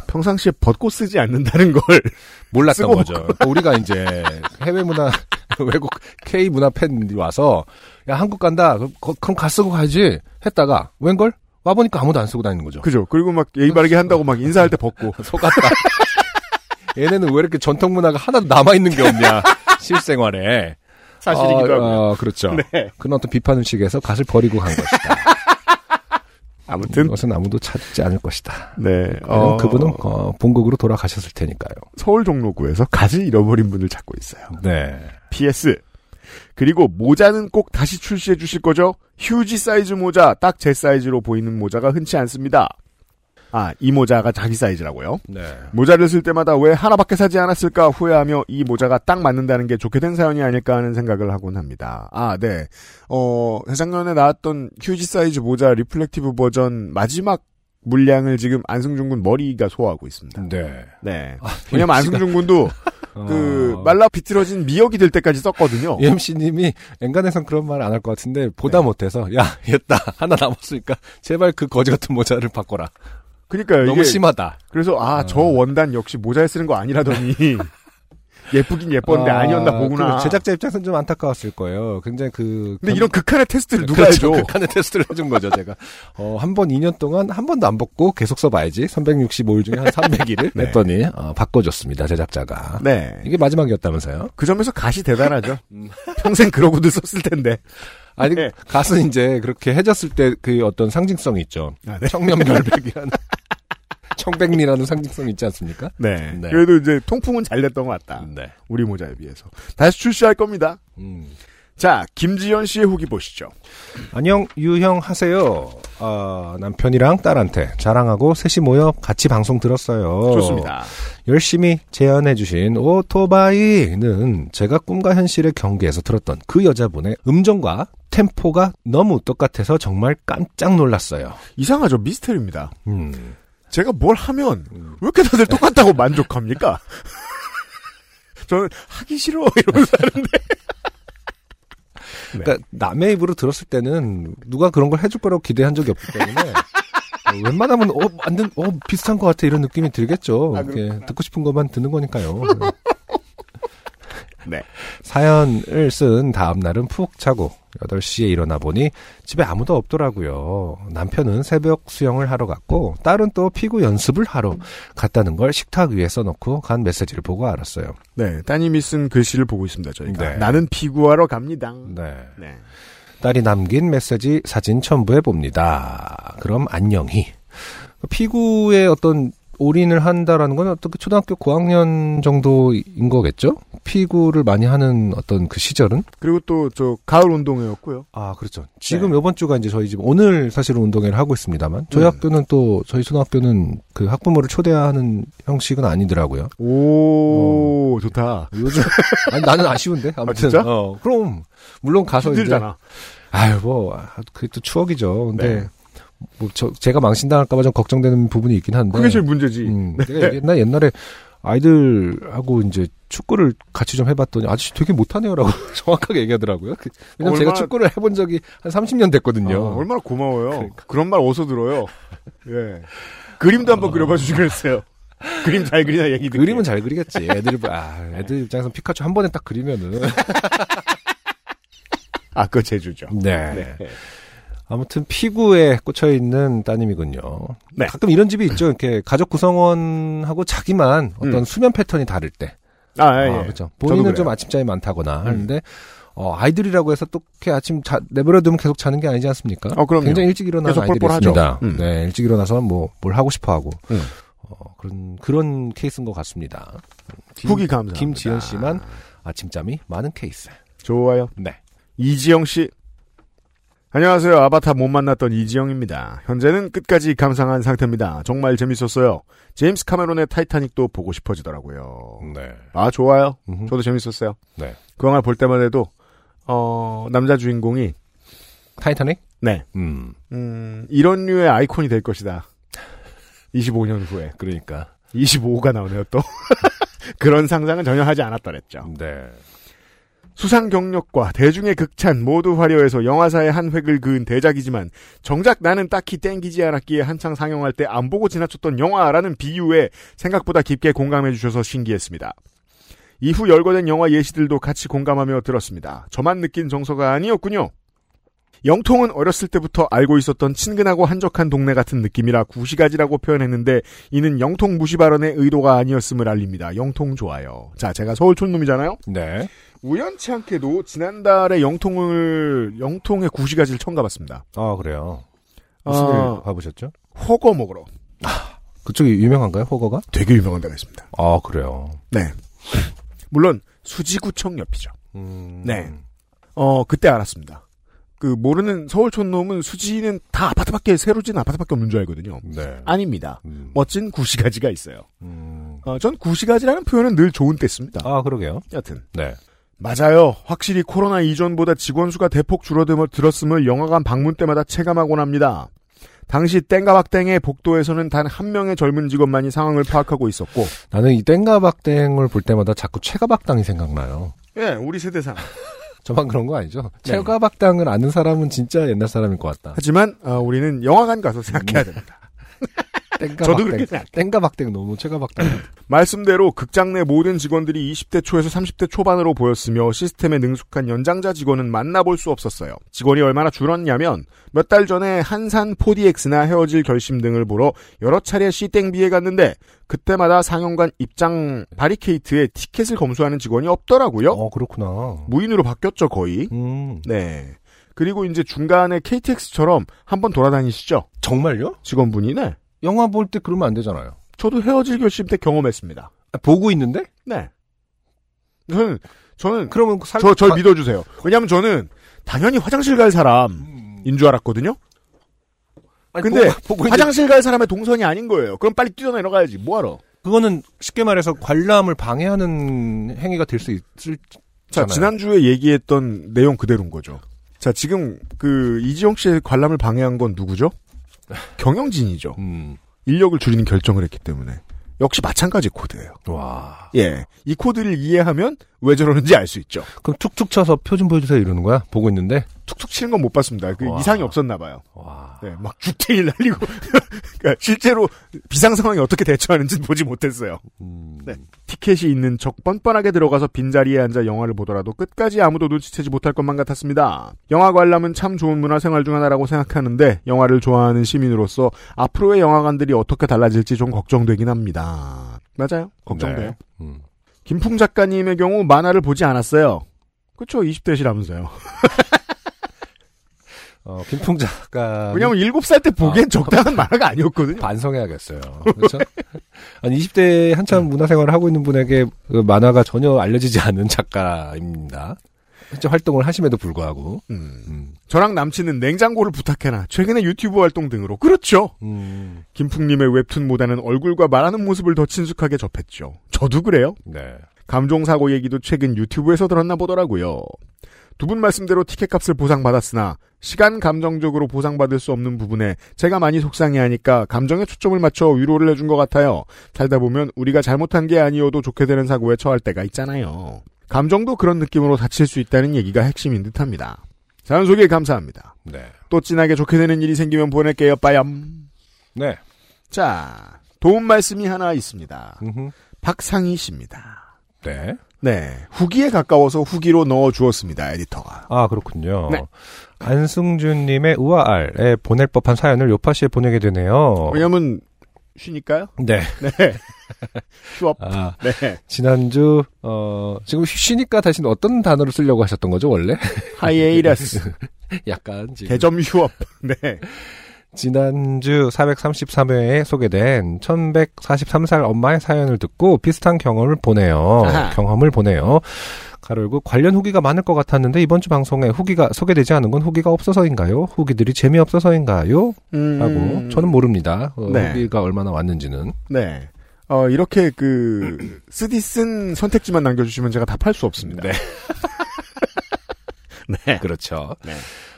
평상시에 벗고 쓰지 않는다는 걸 몰랐던 쓰고 거죠. 또 우리가 이제 해외 문화 외국 K 문화 팬들이 와서 야 한국 간다. 그럼 거- 그럼 갓 쓰고 가야지 했다가 웬걸 와 보니까 아무도 안 쓰고 다니는 거죠. 그죠? 그리고 막 예의 바르게 한다고 막 인사할 때 벗고 속았다. 얘네는 왜 이렇게 전통 문화가 하나도 남아 있는 게 없냐 실생활에 사실이기도 하고 아, 아, 그렇죠. 그런 어떤 비판 의식에서 갓을 버리고 간 것이다. 아무튼 그것은 아무도 찾지 않을 것이다. 네 왜냐면 어, 그분은 어, 본국으로 돌아가셨을 테니까요. 서울 종로구에서 갓을 잃어버린 분을 찾고 있어요. 네. PS. 그리고 모자는 꼭 다시 출시해 주실 거죠? 휴지 사이즈 모자, 딱 제 사이즈로 보이는 모자가 흔치 않습니다. 아, 이 모자가 자기 사이즈라고요? 네. 모자를 쓸 때마다 왜 하나밖에 사지 않았을까 후회하며 이 모자가 딱 맞는다는 게 좋게 된 사연이 아닐까 하는 생각을 하곤 합니다. 아, 네. 어, 작년에 나왔던 휴지 사이즈 모자 리플렉티브 버전 마지막 물량을 지금 안승준 군 머리가 소화하고 있습니다. 네. 네. 왜냐면 안승준 군도 그 말라 비틀어진 미역이 될 때까지 썼거든요. UMC님이 엔간해선 그런 말 안 할 것 같은데 보다 못해서 야 했다 하나 남았으니까 제발 그 거지 같은 모자를 바꿔라 그러니까요. 너무 이게 심하다 그래서 아 저 원단 역시 모자에 쓰는 거 아니라더니 예쁘긴 예뻤는데 아, 아, 니었나 보구나. 그 제작자 입장에서는 좀 안타까웠을 거예요 굉장히 그 근데 이런 극한의 테스트를 누가 그렇죠. 해줘? 극한의 테스트를 해준 거죠 제가 어, 한 번 2년 동안 한 번도 안 벗고 계속 써봐야지 365일 중에 한 300일을 네. 했더니 어, 바꿔줬습니다 제작자가 네. 이게 음. 마지막이었다면서요 그 점에서 갓이 대단하죠. 평생 그러고도 썼을 텐데. 아니 네. 가수 이제 그렇게 해졌을 때 그 어떤 상징성이 있죠 아, 네. 청렴결백이라는 청백리라는 상징성이 있지 않습니까? 네. 네. 그래도 이제 통풍은 잘 냈던 것 같다. 네. 음. 우리 모자에 비해서. 다시 출시할 겁니다. 자, 김지연 씨의 후기 보시죠. 안녕 유형 하세요. 아, 남편이랑 딸한테 자랑하고 셋이 모여 같이 방송 들었어요. 좋습니다. 열심히 제안해주신 오토바이는 제가 꿈과 현실의 경계에서 들었던 그 여자분의 음정과 템포가 너무 똑같아서 정말 깜짝 놀랐어요. 이상하죠? 미스터리입니다. 음. 제가 뭘 하면 왜 이렇게 다들 똑같다고 만족합니까? 저는 하기 싫어 이러면서 그러니까 남의 입으로 들었을 때는 누가 그런 걸 해줄 거라고 기대한 적이 없기 때문에 어, 웬만하면 어, 완전 어, 비슷한 것 같아 이런 느낌이 들겠죠. 아, 예, 듣고 싶은 것만 듣는 거니까요. 네. 사연을 쓴 다음 날은 푹 자고 8시에 일어나 보니 집에 아무도 없더라고요. 남편은 새벽 수영을 하러 갔고 딸은 또 피구 연습을 하러 갔다는 걸 식탁 위에 써놓고 간 메시지를 보고 알았어요. 네, 따님이 쓴 글씨를 보고 있습니다. 저희가 네. 나는 피구하러 갑니다. 네. 네. 딸이 남긴 메시지 사진 첨부해 봅니다. 그럼 안녕히. 피구에 어떤 올인을 한다라는 건 어떻게 초등학교 고학년 정도인 거겠죠? 피구를 많이 하는 어떤 그 시절은? 그리고 또 저 가을 운동회였고요. 아, 그렇죠. 지금 요번 주가 이제 저희 집 오늘 사실은 운동회를 하고 있습니다만 저희 음. 학교는 또 저희 초등학교는 그 학부모를 초대하는 형식은 아니더라고요. 음. 오, 좋다. 요즘 아니, 나는 아쉬운데 아무튼 진짜? 어, 그럼 물론 가서 이제 힘들잖아. 아유 뭐 아, 그게 또 추억이죠. 근데 네. 뭐 저 제가 망신당할까봐 좀 걱정되는 부분이 있긴 한데. 그게 제일 문제지. 음, 내가 옛날 옛날에 아이들하고 이제 축구를 같이 좀 해봤더니 아저씨 되게 못하네요라고 정확하게 얘기하더라고요. 그- 왜냐면 제가 얼마나- 축구를 해본 적이 한 30년 됐거든요. 그러니까. 아, 얼마나 고마워요. 그런말 어서 들어요. 예. 그림도 한번 그려봐 주시그랬어요 그림 잘 그리나 얘기 듣게. 그림은 잘 그리겠지. 애들 아 애들 입장에서 피카츄 한 번에 딱 그리면은 아, 그거 제주죠. 네. 아무튼 피구에 꽂혀 있는 따님이군요. 네. 가끔 이런 집이 있죠. 이렇게 가족 구성원하고 자기만 어떤 음. 수면 패턴이 다를 때. 아, 아, 예. 예. 그렇죠. 그래요. 음. 본인은 좀 아침잠이 많다거나 하는데 어, 아이들이라고 해서 또 이렇게 아침 자, 내버려두면 계속 자는 게 아니지 않습니까? 어, 그럼요. 굉장히 일찍 일어나는 계속 아이들이 뻘뻘하죠. 있습니다. 음. 네, 일찍 일어나서 뭐 뭘 하고 싶어 하고 음. 어, 그런 그런 케이스인 것 같습니다. 김- 후기 감사합니다. 김지현 씨만 아침잠이 많은 케이스. 좋아요. 네. 이지영 씨. 안녕하세요. 아바타 못 만났던 이지영입니다. 현재는 끝까지 감상한 상태입니다. 정말 재밌었어요. 제임스 카메론의 타이타닉도 보고 싶어지더라고요. 네. 아, 좋아요. 음흠. 저도 재밌었어요. 네. 그 영화를 볼 때만 해도, 어, 남자 주인공이, 타이타닉? 네, 음. 음, 이런 류의 아이콘이 될 것이다. 25년 후에. 그러니까. 25가 나오네요, 또. 그런 상상은 전혀 하지 않았더랬죠. 네. 수상 경력과 대중의 극찬 모두 화려해서 영화사의 한 획을 그은 대작이지만 정작 나는 딱히 땡기지 않았기에 한창 상영할 때 안 보고 지나쳤던 영화라는 비유에 생각보다 깊게 공감해 주셔서 신기했습니다. 이후 열거된 영화 예시들도 같이 공감하며 들었습니다. 저만 느낀 정서가 아니었군요. 영통은 어렸을 때부터 알고 있었던 친근하고 한적한 동네 같은 느낌이라 구시가지라고 표현했는데 이는 영통 무시 발언의 의도가 아니었음을 알립니다. 영통 좋아요. 자, 제가 서울 촌놈이잖아요. 네. 우연치 않게도 지난달에 영통을 영통의 구시가지를 처음 가봤습니다. 아, 그래요. 무슨 아, 일 봐보셨죠? 허거 먹으러 그쪽이 유명한가요, 허거가? 되게 유명한 데가 있습니다. 아, 그래요. 네, 물론 수지구청 옆이죠. 음. 네. 어 그때 알았습니다. 그 모르는 서울촌 놈은 수지는 다 아파트밖에 새로 지은 아파트밖에 없는 줄 알거든요. 네. 아닙니다. 음. 멋진 구시가지가 있어요. 음. 어, 전 구시가지라는 표현은 늘 좋은 때 씁니다. 아, 그러게요. 여튼 네. 맞아요. 확실히 코로나 이전보다 직원 수가 대폭 줄어들었음을 영화관 방문 때마다 체감하곤 합니다. 당시 땡가박땡의 복도에서는 단 한 명의 젊은 직원만이 상황을 파악하고 있었고, 나는 이 땡가박땡을 볼 때마다 자꾸 최가박당이 생각나요. 예, 우리 세대상. 저만 그런 거 아니죠? 네. 최가박당을 아는 사람은 진짜 옛날 사람일 것 같다. 하지만 어, 우리는 영화관 가서 생각해야 됩니다. 땡가박땡. 저도 그렇게 생각해요. 땡가박땡 너무 최가박당. 말씀대로 극장 내 모든 직원들이 20대 초에서 30대 초반으로 보였으며 시스템에 능숙한 연장자 직원은 만나볼 수 없었어요. 직원이 얼마나 줄었냐면 몇 달 전에 한산 4DX나 헤어질 결심 등을 보러 여러 차례 시땡비에 갔는데 그때마다 상영관 입장 바리케이트에 티켓을 검수하는 직원이 없더라고요. 어, 그렇구나. 무인으로 바뀌었죠 거의. 음. 네. 그리고 이제 중간에 KTX처럼 한번 돌아다니시죠. 정말요? 직원분이네. 영화 볼 때 그러면 안 되잖아요. 저도 헤어질 결심 때 경험했습니다. 아, 보고 있는데? 네. 저는 저는 그러면 살, 아, 저, 절 가- 믿어주세요. 왜냐면 저는 당연히 화장실 갈 사람인 줄 알았거든요? 아니, 음. 근데 보고- 보고 있는데 화장실 갈 사람의 동선이 아닌 거예요. 그럼 빨리 뛰어내려가야지. 뭐하러? 그거는 쉽게 말해서 관람을 방해하는 행위가 될 수 있을 자, 있잖아요. 지난주에 얘기했던 내용 그대로인 거죠. 자, 지금 그 이지영 씨의 관람을 방해한 건 누구죠? 경영진이죠. 음. 인력을 줄이는 결정을 했기 때문에. 역시 마찬가지 코드예요. 와. 예. 이 코드를 이해하면 왜 저러는지 알 수 있죠. 그럼 툭툭 쳐서 표 좀 보여주세요 이러는 거야? 보고 있는데. 툭툭 치는 건 못 봤습니다. 그 와. 이상이 없었나 봐요. 와. 네, 막 죽탱이 날리고 그러니까 실제로 비상 상황에 어떻게 대처하는지는 보지 못했어요. 음. 네. 티켓이 있는 척 뻔뻔하게 들어가서 빈자리에 앉아 영화를 보더라도 끝까지 아무도 눈치채지 못할 것만 같았습니다. 영화 관람은 참 좋은 문화생활 중 하나라고 생각하는데 영화를 좋아하는 시민으로서 앞으로의 영화관들이 어떻게 달라질지 좀 걱정되긴 합니다. 맞아요. 걱정돼요. 네. 음. 김풍 작가님의 경우 만화를 보지 않았어요. 그쵸, 20대시라면서요. 어, 김풍 작가. 왜냐면 7살 때 아. 보기엔 적당한 만화가 아니었거든요. 반성해야겠어요. 그렇죠? 아니 20대 네. 한참 문화생활을 하고 있는 분에게 그 만화가 전혀 알려지지 않는 작가입니다. 실제 활동을 하심에도 불구하고. 음. 음. 저랑 남친은 냉장고를 부탁해나 최근에 유튜브 활동 등으로 그렇죠. 음. 김풍님의 웹툰보다는 얼굴과 말하는 모습을 더 친숙하게 접했죠. 저도 그래요. 네. 감정사고 얘기도 최근 유튜브에서 들었나 보더라고요. 두 분 말씀대로 티켓값을 보상받았으나 시간 감정적으로 보상받을 수 없는 부분에 제가 많이 속상해하니까 감정에 초점을 맞춰 위로를 해준 것 같아요. 살다 보면 우리가 잘못한 게 아니어도 좋게 되는 사고에 처할 때가 있잖아요. 감정도 그런 느낌으로 다칠 수 있다는 얘기가 핵심인 듯합니다. 자연 소개 감사합니다. 네. 또 진하게 좋게 되는 일이 생기면 보낼게요. 빠염. 네. 자 도움 말씀이 하나 있습니다. 음흠. 박상희 씨입니다. 네. 네. 후기에 가까워서 후기로 넣어 주었습니다. 에디터가. 아, 그렇군요. 네. 안승준님의 우아알에 보낼 법한 사연을 요파씨에 보내게 되네요. 왜냐면 쉬니까요. 네. 휴업. 아, 네. 지난주, 어, 지금 쉬니까 다시 어떤 단어를 쓰려고 하셨던 거죠, 원래? 하이에이러스. 약간 지금. 대점 휴업. 네. 지난주 433회에 소개된 1143살 엄마의 사연을 듣고 비슷한 경험을 보내요. 아하. 경험을 보내요. 가로고 관련 후기가 많을 것 같았는데 이번 주 방송에 후기가 소개되지 않은 건 후기가 없어서인가요? 후기들이 재미없어서인가요? 음. 하고 저는 뭐- 모릅니다. 어, 네. 후기가 얼마나 왔는지는. 네. 어, 이렇게 그 쓰디 쓴 선택지만 남겨 주시면 제가 답할 수 없습니다. 네. 네. 그렇죠. 네.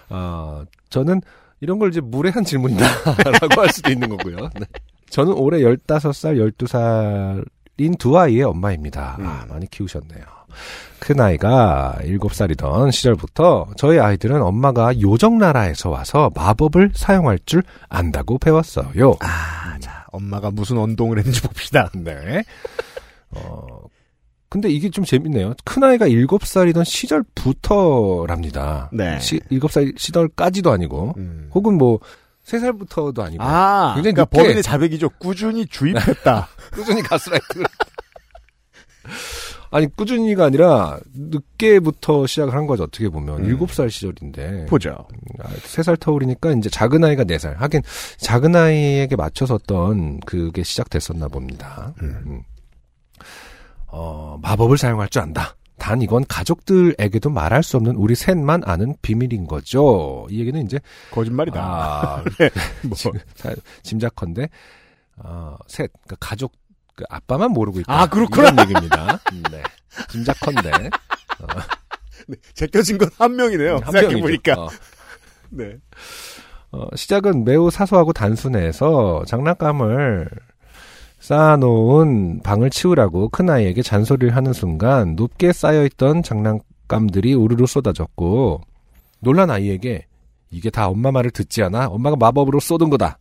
어, 저는 이런 걸 이제 무례한 질문이다라고 할 수도 있는 거고요. 네. 저는 올해 15살, 12살인 두 아이의 엄마입니다. 아, 음. 많이 키우셨네요. 큰 아이가 7살이던 시절부터 저희 아이들은 엄마가 요정나라에서 와서 마법을 사용할 줄 안다고 배웠어요. 아, 자, 엄마가 무슨 언동을 했는지 봅시다. 네. 어, 근데 이게 좀 재밌네요. 큰아이가 7살이던 시절부터랍니다. 네. 시, 7살 시절까지도 아니고, 음. 혹은 뭐, 3살부터도 아니고, 아, 굉장히 그러니까 늦게- 법인의 자백이죠. 꾸준히 주입했다. 꾸준히 가스라이팅을. 아니, 꾸준히가 아니라, 늦게부터 시작을 한 거죠, 어떻게 보면. 음. 7살 시절인데. 보죠. 아, 3살 터울이니까, 이제 작은 아이가 4살. 하긴, 작은 아이에게 맞춰서 어떤, 그게 시작됐었나 봅니다. 음. 어, 마법을 사용할 줄 안다. 단 이건 가족들에게도 말할 수 없는 우리 셋만 아는 비밀인 거죠. 이 얘기는 이제 거짓말이다. 아, 뭐. 자, 짐작컨대 어, 셋 그러니까 가족 그 아빠만 모르고 있다. 아, 그렇구나. 이런 얘기입니다. 음, 네. 짐작컨대 네. 제껴진 건 한 명이네요. 한 생각해 명이죠. 보니까. 어, 네. 어, 시작은 매우 사소하고 단순해서 장난감을 쌓아놓은 방을 치우라고 큰아이에게 잔소리를 하는 순간 높게 쌓여있던 장난감들이 우르르 쏟아졌고 놀란 아이에게 이게 다 엄마 말을 듣지 않아? 엄마가 마법으로 쏟은 거다.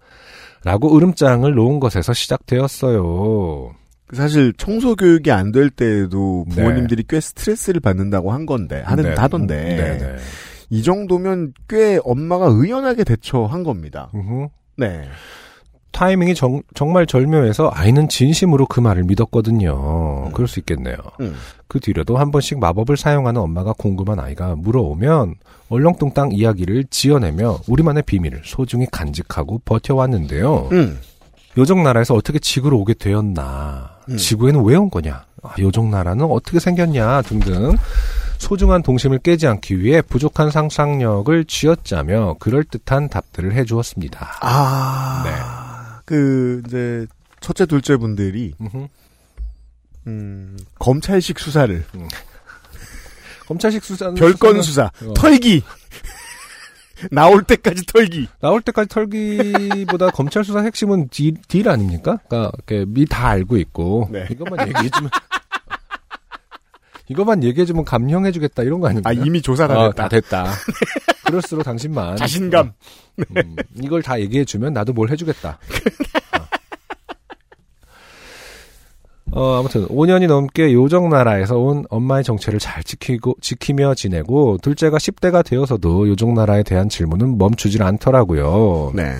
라고 으름장을 놓은 것에서 시작되었어요. 사실 청소 교육이 안 될 때에도 네. 부모님들이 꽤 스트레스를 받는다고 한 건데 하는 네. 하던데 네네. 이 정도면 꽤 엄마가 의연하게 대처한 겁니다. 음흠. 네, 타이밍이 정, 정말 절묘해서 아이는 진심으로 그 말을 믿었거든요. 그럴 수 있겠네요. 음. 그 뒤로도 한 번씩 마법을 사용하는 엄마가 궁금한 아이가 물어오면 얼렁뚱땅 이야기를 지어내며 우리만의 비밀을 소중히 간직하고 버텨왔는데요. 음, 요정 나라에서 어떻게 지구로 오게 되었나? 음. 지구에는 왜 온 거냐? 아, 요정 나라는 어떻게 생겼냐 등등 소중한 동심을 깨지 않기 위해 부족한 상상력을 쥐었자며 그럴듯한 답들을 해주었습니다. 네. 아, 그 이제 첫째 둘째 분들이 음흠. 음, 검찰식 수사를 검찰식 수사는 별건 음, 수사는 수사, 어. 털기 나올 때까지 털기. 나올 때까지 털기보다 검찰 수사 핵심은 딜, 딜 아닙니까? 그러니까 이렇게 미다 알고 있고 네. 이것만 얘기해주면 이것만 얘기해주면 감형해주겠다 이런 거 아닙니까? 아 이미 조사 다 어, 됐다. 다 됐다. 그럴수록 당신만 자신감. 음, 이걸 다 얘기해주면 나도 뭘 해주겠다. 어. 어, 아무튼 5년이 넘게 요정 나라에서 온 엄마의 정체를 잘 지키고 지키며 지내고 둘째가 10대가 되어서도 요정 나라에 대한 질문은 멈추질 않더라고요. 네.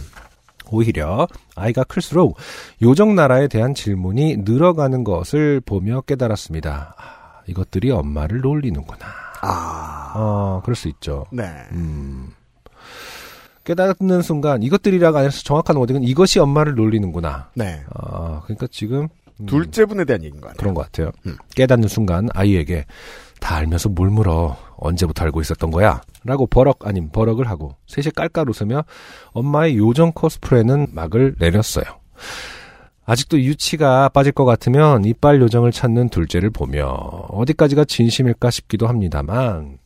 오히려 아이가 클수록 요정 나라에 대한 질문이 늘어가는 것을 보며 깨달았습니다. 아, 이것들이 엄마를 놀리는구나. 아. 어, 그럴 수 있죠. 네. 음. 깨닫는 순간 이것들이라고 안 해서 정확한 워딩은 이것이 엄마를 놀리는구나. 네. 아, 그러니까 지금 음, 둘째 분에 대한 얘기인 것 같아요. 그런 것 같아요. 음. 깨닫는 순간 아이에게 다 알면서 뭘 물어 언제부터 알고 있었던 거야? 라고 버럭 아님 버럭을 하고 셋이 깔깔 웃으며 엄마의 요정 코스프레는 막을 내렸어요. 아직도 유치가 빠질 것 같으면 이빨 요정을 찾는 둘째를 보며 어디까지가 진심일까 싶기도 합니다만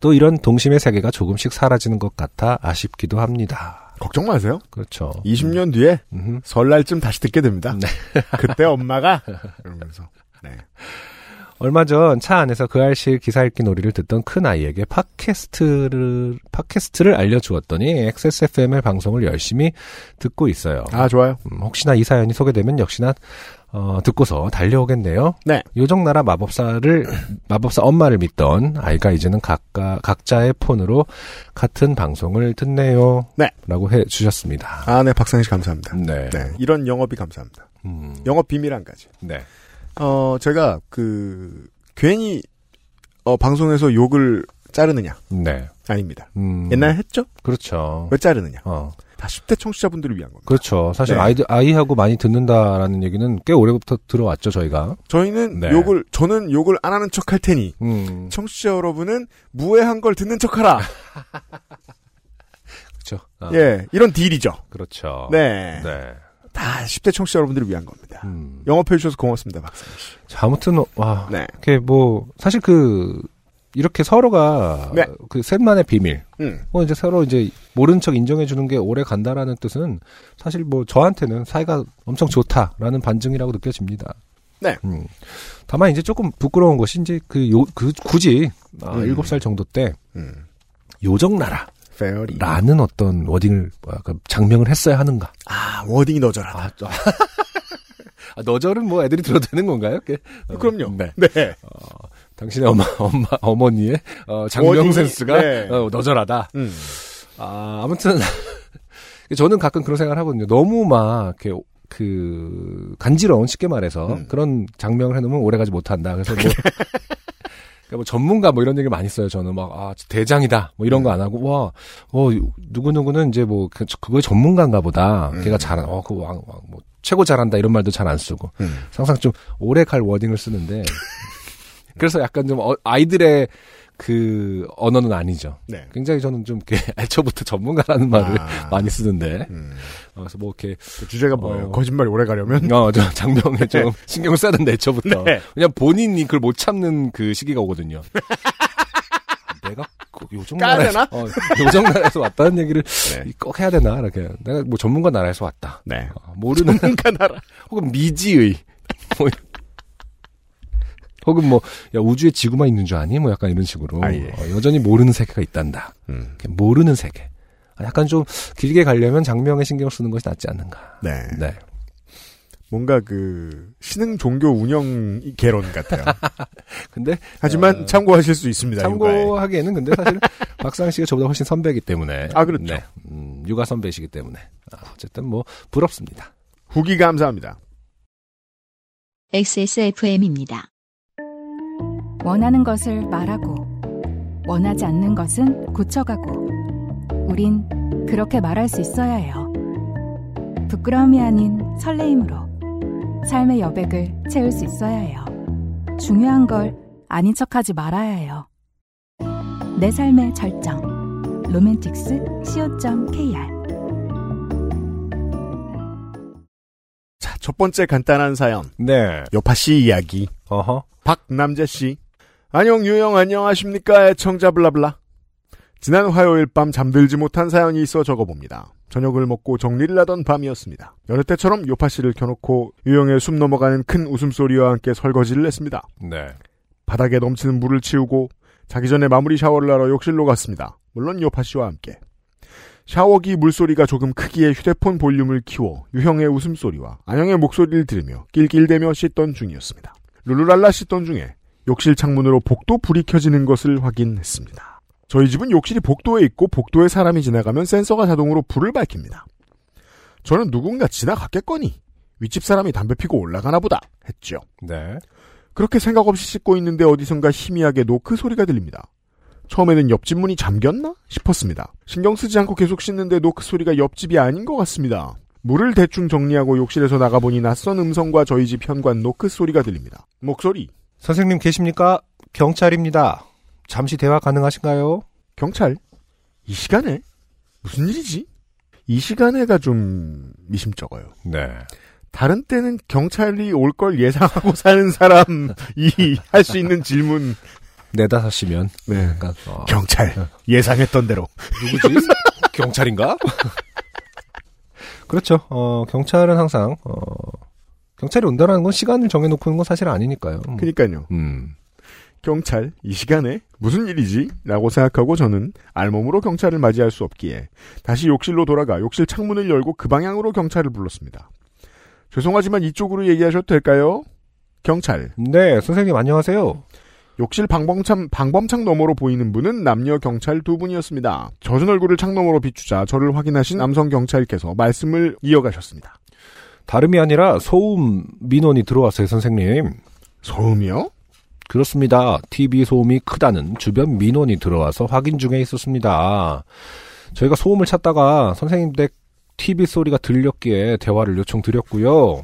또 이런 동심의 세계가 조금씩 사라지는 것 같아 아쉽기도 합니다. 걱정 마세요. 그렇죠. 20년 뒤에 음흠. 설날쯤 다시 듣게 됩니다. 네. 그때 엄마가 이러면서 네. 얼마 전 차 안에서 그 알실 기사 읽기 놀이를 듣던 큰 아이에게 팟캐스트를 팟캐스트를 알려주었더니 XSFM의 방송을 열심히 듣고 있어요. 아 좋아요. 음, 혹시나 이 사연이 소개되면 역시나 어, 듣고서 달려오겠네요. 네. 요정나라 마법사를 마법사 엄마를 믿던 아이가 이제는 각가 각자의 폰으로 같은 방송을 듣네요. 네. 라고 해 주셨습니다. 아 네 박상희 씨 감사합니다. 네. 네. 이런 영업이 감사합니다. 음, 영업 비밀 한 가지. 네. 어 제가 그 괜히 어 방송에서 욕을 자르느냐 네. 아닙니다. 음, 옛날 에 했죠? 그렇죠. 왜 자르느냐? 어. 다 10대 청취자분들을 위한 겁니다. 그렇죠. 사실 네. 아이들 아이하고 많이 듣는다라는 얘기는 꽤 오래부터 들어왔죠 저희가. 저희는 네. 욕을 저는 욕을 안 하는 척 할 테니 음, 청취자 여러분은 무해한 걸 듣는 척하라. 그렇죠. 아, 예, 이런 딜이죠. 그렇죠. 네. 네. 다 10대 청취자 여러분들을 위한 겁니다. 음. 영업해 주셔서 고맙습니다, 박사님. 자, 아무튼 어, 와 네. 이렇게 뭐 사실 그 이렇게 서로가 네. 그 셋만의 비밀, 음. 뭐 이제 서로 이제 모른 척 인정해 주는 게 오래 간다라는 뜻은 사실 뭐 저한테는 사이가 엄청 좋다라는 반증이라고 느껴집니다. 네. 음. 다만 이제 조금 부끄러운 것이 이제 그 요 그 굳이 아, 음. 7살 정도 때 음. 요정나라 페어리. 라는 어떤 워딩을 약간 장명을 했어야 하는가? 아, 워딩이 너절하다. 아, 또- 아, 너절은 뭐 애들이 들어도 되는 건가요? 이렇게? 어, 그럼요. 네. 네. 당신의 엄마, 엄마, 어머니의 어, 장명 워딩이- 센스가 네. 어, 너절하다. 음. 아, 아무튼 저는 가끔 그런 생각을 하거든요. 너무 막 이렇게 그 간지러운 쉽게 말해서 음. 그런 장명을 해놓으면 오래가지 못한다. 그래서 뭐, 그러니까 뭐 전문가 뭐 이런 얘기 많이 써요. 저는 막아 대장이다 뭐 음. 이런 거 안 하고 와어 누구 누구는 이제 뭐 그, 그거의 전문가인가 보다. 음. 걔가 잘어그왕왕뭐 최고 잘한다 이런 말도 잘 안 쓰고 음. 항상 좀 오래 갈 워딩을 쓰는데 그래서 약간 좀 어- 아이들의 그 언어는 아니죠. 네. 굉장히 저는 좀 이렇게 애초부터 전문가라는 말을 아. 많이 쓰는데 음. 어, 그래서 뭐 이렇게 그 주제가 뭐예요? 어. 거짓말이 오래 가려면? 어, 저 장명에 좀 신경을 써야 된다 애초부터 네. 그냥 본인이 그걸 못 참는 그 시기가 오거든요. 내가 그 요정 까야 나라에서 어, 요정 나라에서 왔다는 얘기를 네. 꼭 해야 되나 이렇게 내가 뭐 전문가 나라에서 왔다 네. 어, 모르는 뭔가 나라. 혹은 미지의 뭐 혹은 뭐 야 우주에 지구만 있는 줄 아니 뭐 약간 이런 식으로 아, 예. 어, 여전히 모르는 세계가 있단다 음. 이렇게 모르는 세계 아, 약간 좀 길게 가려면 장명에 신경 쓰는 것이 낫지 않는가 네. 네 뭔가 그 신흥 종교 운영 개론 같아요. 근데 하지만 어, 참고하실 수 있습니다. 육아에. 참고하기에는 근데 사실 박상 씨가 저보다 훨씬 선배이기 때문에 아, 그렇죠. 네. 음, 육아 선배이시기 때문에 아, 어쨌든 뭐 부럽습니다 후기 감사합니다. XSFM입니다. 원하는 것을 말하고 원하지 않는 것은 고쳐가고 우린 그렇게 말할 수 있어야 해요. 부끄러움이 아닌 설레임으로 삶의 여백을 채울 수 있어야 해요. 중요한 걸 아닌 척하지 말아야 해요. 내 삶의 절정. 로맨틱스 co.kr 자, 첫 번째 간단한 사연. 네. 여파 씨 이야기. 어허. 박남재 씨. 안녕 유영 안녕하십니까 애청자 블라블라. 지난 화요일 밤 잠들지 못한 사연이 있어 적어봅니다. 저녁을 먹고 정리를 하던 밤이었습니다. 여느 때처럼 요파 씨를 켜놓고 유영의 숨 넘어가는 큰 웃음소리와 함께 설거지를 했습니다. 네. 바닥에 넘치는 물을 치우고 자기 전에 마무리 샤워를 하러 욕실로 갔습니다. 물론 요파 씨와 함께. 샤워기 물소리가 조금 크기에 휴대폰 볼륨을 키워 유형의 웃음소리와 안영의 목소리를 들으며 낄낄대며 씻던 중이었습니다. 룰루랄라 씻던 중에 욕실 창문으로 복도 불이 켜지는 것을 확인했습니다. 저희 집은 욕실이 복도에 있고 복도에 사람이 지나가면 센서가 자동으로 불을 밝힙니다. 저는 누군가 지나갔겠거니 윗집 사람이 담배 피고 올라가나 보다 했죠. 네. 그렇게 생각 없이 씻고 있는데 어디선가 희미하게 노크 그 소리가 들립니다. 처음에는 옆집 문이 잠겼나 싶었습니다. 신경 쓰지 않고 계속 씻는데 노크 그 소리가 옆집이 아닌 것 같습니다. 물을 대충 정리하고 욕실에서 나가보니 낯선 음성과 저희 집 현관 노크 그 소리가 들립니다. 목소리 선생님 계십니까? 경찰입니다. 잠시 대화 가능하신가요? 경찰 이 시간에 무슨 일이지? 이 시간에가 좀 미심쩍어요. 네. 다른 때는 경찰이 올 걸 예상하고 사는 사람이 할 수 있는 질문. 네 다섯 시면 네. 약간 어, 경찰 예상했던 대로 누구지? 경찰인가? 그렇죠. 어, 경찰은 항상 어, 경찰이 온다라는 건 시간을 정해놓고 있는 건 사실 아니니까요. 음. 그러니까요. 음. 경찰 이 시간에 무슨 일이지? 라고 생각하고 저는 알몸으로 경찰을 맞이할 수 없기에 다시 욕실로 돌아가 욕실 창문을 열고 그 방향으로 경찰을 불렀습니다. 죄송하지만 이쪽으로 얘기하셔도 될까요? 경찰 네, 선생님 안녕하세요. 욕실 방범창, 방범창 너머로 보이는 분은 남녀 경찰 두 분이었습니다. 젖은 얼굴을 창 너머로 비추자 저를 확인하신 남성 경찰께서 말씀을 이어가셨습니다. 다름이 아니라 소음 민원이 들어왔어요, 선생님. 소음이요? 그렇습니다. TV 소음이 크다는 주변 민원이 들어와서 확인 중에 있었습니다. 저희가 소음을 찾다가 선생님 댁 TV 소리가 들렸기에 대화를 요청드렸고요.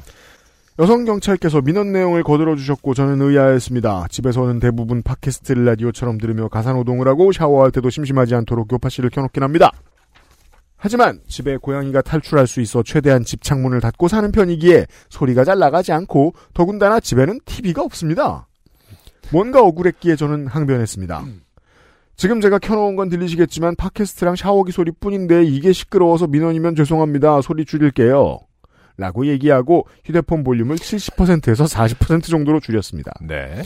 여성 경찰께서 민원 내용을 거들어 주셨고 저는 의아했습니다. 집에서는 대부분 팟캐스트 라디오처럼 들으며 가사노동을 하고 샤워할 때도 심심하지 않도록 교파 씨를 켜놓긴 합니다. 하지만 집에 고양이가 탈출할 수 있어 최대한 집 창문을 닫고 사는 편이기에 소리가 잘 나가지 않고 더군다나 집에는 TV가 없습니다. 뭔가 억울했기에 저는 항변했습니다. 지금 제가 켜놓은 건 들리시겠지만 팟캐스트랑 샤워기 소리뿐인데 이게 시끄러워서 민원이면 죄송합니다. 소리 줄일게요. 라고 얘기하고 휴대폰 볼륨을 70%에서 40% 정도로 줄였습니다. 네.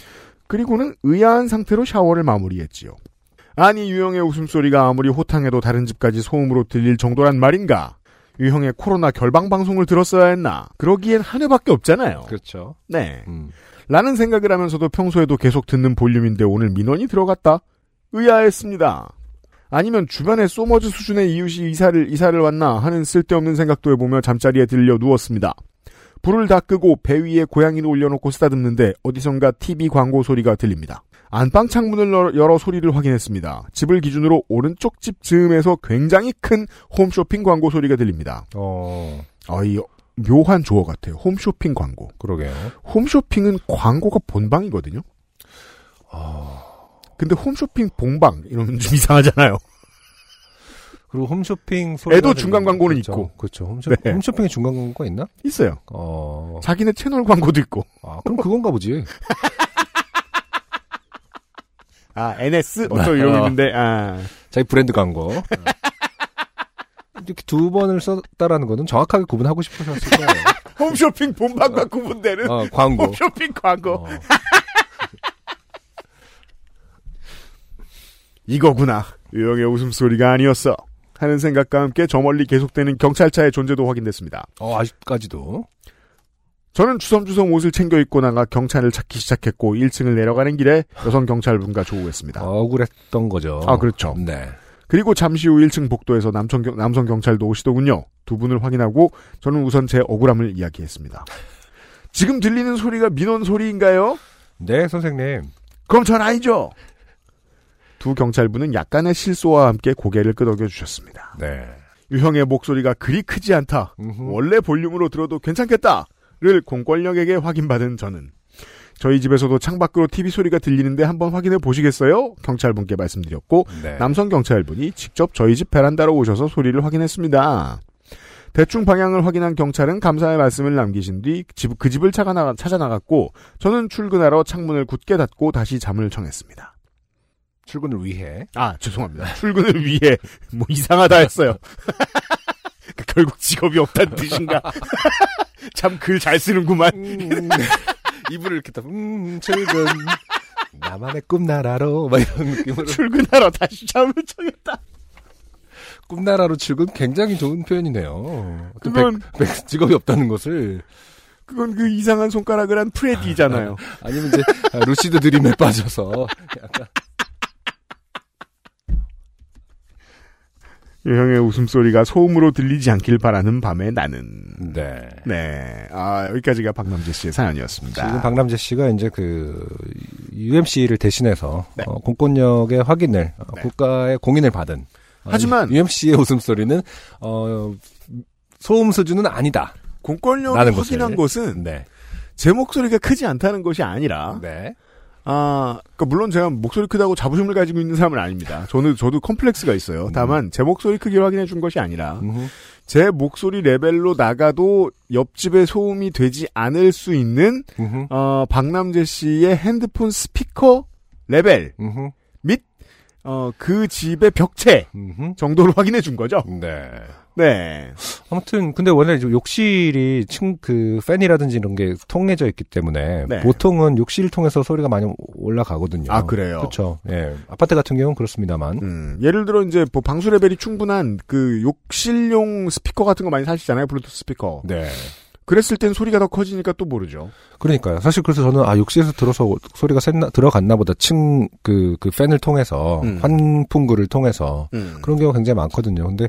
그리고는 의아한 상태로 샤워를 마무리했지요. 아니 유형의 웃음소리가 아무리 호탕해도 다른 집까지 소음으로 들릴 정도란 말인가? 유형의 코로나 결방 방송을 들었어야 했나? 그러기엔 한 회밖에 없잖아요. 그렇죠. 네. 음. 라는 생각을 하면서도 평소에도 계속 듣는 볼륨인데 오늘 민원이 들어갔다? 의아했습니다. 아니면 주변에 소머즈 수준의 이웃이 이사를, 이사를 왔나 하는 쓸데없는 생각도 해보며 잠자리에 들려 누웠습니다. 불을 다 끄고 배 위에 고양이를 올려놓고 쓰다듬는데 어디선가 TV 광고 소리가 들립니다. 안방 창문을 너- 열어 소리를 확인했습니다. 집을 기준으로 오른쪽 집 즈음에서 굉장히 큰 홈쇼핑 광고 소리가 들립니다. 어, 아이 묘한 조어 같아요. 홈쇼핑 광고. 그러게요. 홈쇼핑은 광고가 본방이거든요. 아. 근데 홈쇼핑 본방 이러면 좀 이상하잖아요. 그리고 홈쇼핑 소리 애도 중간 광고는 있고. 그렇죠. 홈쇼핑, 네. 홈쇼핑에 중간 광고가 있나? 있어요. 어, 자기네 채널 광고도 있고. 아, 그럼 그건가 보지. 아 NS 어쩌고 이러고 있는데 아 자기 브랜드 광고. 네. 이렇게 두 번을 썼다라는 거는 정확하게 구분하고 싶으셨을 거예요. 홈쇼핑 본방과 구분되는 어, 광고. 홈쇼핑 광고 어. 이거구나. 유영의 웃음소리가 아니었어. 하는 생각과 함께 저 멀리 계속되는 경찰차의 존재도 확인됐습니다. 어, 아직까지도. 저는 주섬주섬 옷을 챙겨 입고 나가 경찰을 찾기 시작했고 1층을 내려가는 길에 여성 경찰분과 조우했습니다. 억울했던 거죠. 아 그렇죠. 네. 그리고 잠시 후 1층 복도에서 남성, 경- 남성 경찰도 오시더군요. 두 분을 확인하고 저는 우선 제 억울함을 이야기했습니다. 지금 들리는 소리가 민원 소리인가요? 네, 선생님. 그럼 전 아니죠. 두 경찰분은 약간의 실소와 함께 고개를 끄덕여 주셨습니다. 네. 유형의 목소리가 그리 크지 않다. 음흠. 원래 볼륨으로 들어도 괜찮겠다를 공권력에게 확인받은 저는 저희 집에서도 창밖으로 TV 소리가 들리는데 한번 확인해 보시겠어요? 경찰분께 말씀드렸고 네. 남성 경찰분이 직접 저희 집 베란다로 오셔서 소리를 확인했습니다. 대충 방향을 확인한 경찰은 감사의 말씀을 남기신 뒤 집- 그 집을 찾아, 나가, 찾아나갔고 저는 출근하러 창문을 굳게 닫고 다시 잠을 청했습니다. 출근을 위해 아 죄송합니다. 출근을 위해 뭐 이상하다 했어요. 그러니까 결국 직업이 없다는 뜻인가? 참 글 잘 쓰는구만. 이불을 이렇게 딱 음, 출근 나만의 꿈나라로 막 이런 느낌으로 출근하러 다시 잠을 청했다. 꿈나라로 출근 굉장히 좋은 표현이네요. 어떤 그건- 백, 백 직업이 없다는 것을 그건 그 이상한 손가락을 한 프레디잖아요. 아니면 이제 아, 루시드 드림에 빠져서 예, 유형의 웃음소리가 소음으로 들리지 않길 바라는 밤에 나는. 네. 네. 아, 여기까지가 박남재 씨의 사연이었습니다. 지금 박남재 씨가 이제 그 UMC를 대신해서 네. 어, 공권력의 확인을 어, 네. 국가의 공인을 받은 어, 하지만- UMC의 웃음소리는 어, 소음 수준은 아니다. 공권력을 나는 확인한 것은 네. 제 목소리가 크지 않다는 것이 아니라 네. 아, 그러니까 물론 제가 목소리 크다고 자부심을 가지고 있는 사람은 아닙니다. 저는 저도 컴플렉스가 있어요. 다만 제 목소리 크기를 확인해 준 것이 아니라 음. 음흠. 제 목소리 레벨로 나가도 옆집의 소음이 되지 않을 수 있는 음흠. 어, 박남재 씨의 핸드폰 스피커 레벨 음흠. 어, 그 집의 벽체 음흠. 정도를 확인해 준 거죠. 네. 네. 아무튼 근데 원래 이제 욕실이 층 그 팬이라든지 이런 게 통해져 있기 때문에 네. 보통은 욕실을 통해서 소리가 많이 올라가거든요. 아, 그래요. 그렇죠. 예. 아파트 같은 경우는 그렇습니다만. 음, 예를 들어 이제 뭐 방수 레벨이 충분한 그 욕실용 스피커 같은 거 많이 사시잖아요 블루투스 스피커. 네. 그랬을 땐 소리가 더 커지니까 또 모르죠. 그러니까요. 사실 그래서 저는 아 욕실에서 들어서 소리가 샜나, 들어갔나 보다. 층 그 그 팬을 통해서 음. 환풍구를 통해서 그런 경우가 굉장히 많거든요. 근데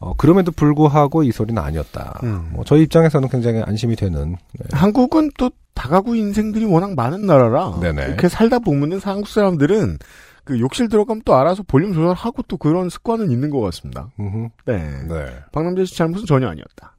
어, 그럼에도 불구하고 이 소리는 아니었다. 음. 뭐 예. 저희 입장에서는 굉장히 안심이 되는. 한국은 또 다가구 인생들이 워낙 많은 나라라 네네. 이렇게 살다 보면은 한국 사람들은 그 욕실 들어가면 또 알아서 볼륨 조절하고 또 그런 습관은 있는 것 같습니다. 음흠. 네. 네. 박남재 씨 잘못은 전혀 아니었다.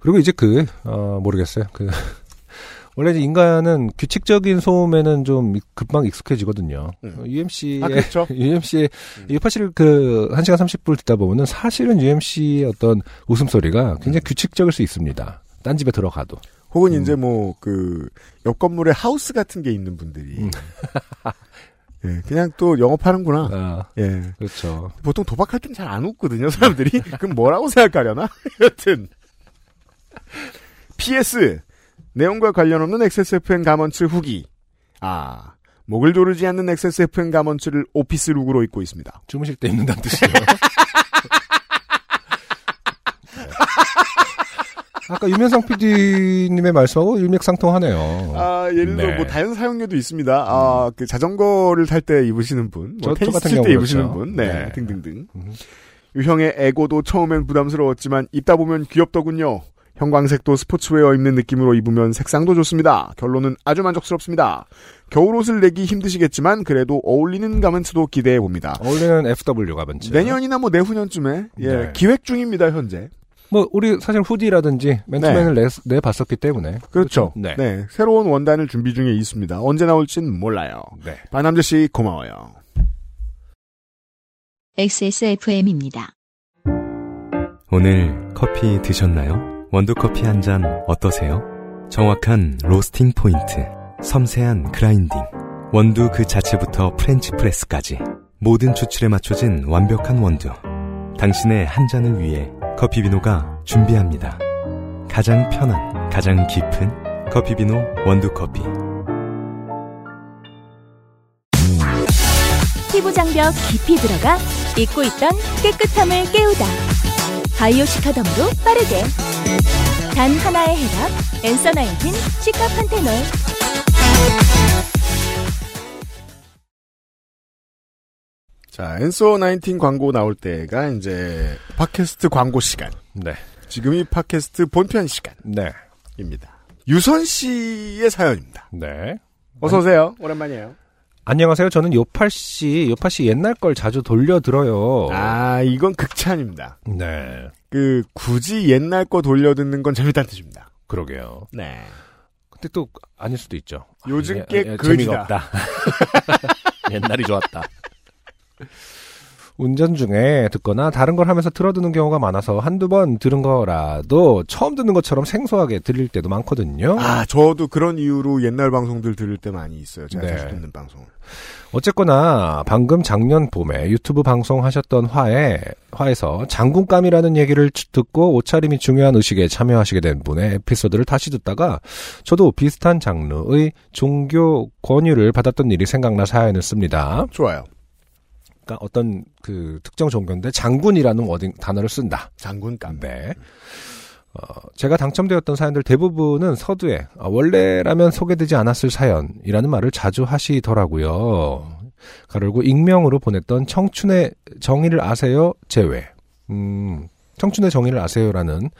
그리고 이제 그, 어, 모르겠어요. 그, 원래 이제 인간은 규칙적인 소음에는 좀 이- 금방 익숙해지거든요. 어, 음. UMC의, 아 그렇죠. UMC의, 이게 사실 그, 1시간 30분 듣다 보면은 사실은 UMC의 어떤 웃음소리가 굉장히 규칙적일 수 있습니다. 딴 집에 들어가도. 혹은 음. 이제 뭐 그 옆 건물에 하우스 같은 게 있는 분들이 음. 예, 그냥 또 영업하는구나. 아, 예. 그렇죠. 보통 도박할 땐 잘 안 웃거든요, 사람들이. 그럼 뭐라고 생각하려나? 여튼. PS. 내용과 관련 없는 XSFM 가먼츠 후기. 아. 목을 조르지 않는 XSFM 가먼츠를 오피스 룩으로 입고 있습니다. 주무실 때 입는다는 뜻이에요. 네. 아까 유면상 PD님의 말씀하고 일맥상통하네요. 아, 예를 들어 네. 음. 뭐 다른 사용료도 있습니다. 아, 그 자전거를 탈 때 입으시는 분, 저뭐 테니스 같은 칠 때 경우 입으시는 그렇죠. 분, 네, 네. 등등등. 음. 유형의 에고도 처음엔 부담스러웠지만 입다 보면 귀엽더군요. 형광색도 스포츠웨어 입는 느낌으로 입으면 색상도 좋습니다. 결론은 아주 만족스럽습니다. 겨울 옷을 내기 힘드시겠지만 그래도 어울리는 가면츠도 기대해 봅니다. 어울리는 FW 가벤츠. 내년이나 뭐 내후년쯤에 예, 그렇죠. 네. 기획 중입니다 현재. 뭐 우리 사실 후디라든지 맨투맨을 내, 내봤었기 때문에 네. 그렇죠. 네. 네, 새로운 원단을 준비 중에 있습니다. 언제 나올진 몰라요. 네. 반남재 씨 고마워요. XSFM입니다. 오늘 커피 드셨나요? 원두커피 한 잔 어떠세요? 정확한 로스팅 포인트, 섬세한 그라인딩, 원두 그 자체부터 프렌치 프레스까지 모든 추출에 맞춰진 완벽한 원두. 당신의 한 잔을 위해 커피비노가 준비합니다. 가장 편한, 가장 깊은 커피비노 원두커피. 피부 장벽 깊이 들어가 잊고 있던 깨끗함을 깨우다. 바이오시카덤으로 빠르게. 단 하나의 해답. 엔서 나인틴 시카판테놀. 자, 엔서 19 광고 나올 때가 이제 팟캐스트 광고 시간. 네. 지금이 팟캐스트 본편 네. 시간입니다. 유선 씨의 사연입니다. 네. 어서 오세요. 오랜만이에요. 안녕하세요. 저는 요팔 씨, 요팔 씨 옛날 걸 자주 돌려 들어요. 아, 이건 극찬입니다. 네. 그 굳이 옛날 거 돌려 듣는 건 재밌다는 뜻입니다. 그러게요. 네. 근데 또 아닐 수도 있죠. 아, 요즘 이게- 게 아, 이게 거지다. 재미가 없다. 옛날이 좋았다. 운전 중에 듣거나 다른 걸 하면서 들어두는 경우가 많아서 한두 번 들은 거라도 처음 듣는 것처럼 생소하게 들릴 때도 많거든요. 아, 저도 그런 이유로 옛날 방송들 들을 때 많이 있어요. 제가 네. 자주 듣는 방송을. 어쨌거나 방금 작년 봄에 유튜브 방송하셨던 화에 화에서 장군감이라는 얘기를 주- 듣고 옷차림이 중요한 의식에 참여하시게 된 분의 에피소드를 다시 듣다가 저도 비슷한 장르의 종교 권유를 받았던 일이 생각나 사연을 씁니다. 좋아요. 그러니까 어떤 그 특정 종교인데 장군이라는 워딩 단어를 쓴다. 장군감. 네. 어, 제가 당첨되었던 사연들 대부분은 서두에 아, 원래라면 소개되지 않았을 사연이라는 말을 자주 하시더라고요. 가르고 익명으로 보냈던 청춘의 정의를 아세요 제외. 음, 청춘의 정의를 아세요라는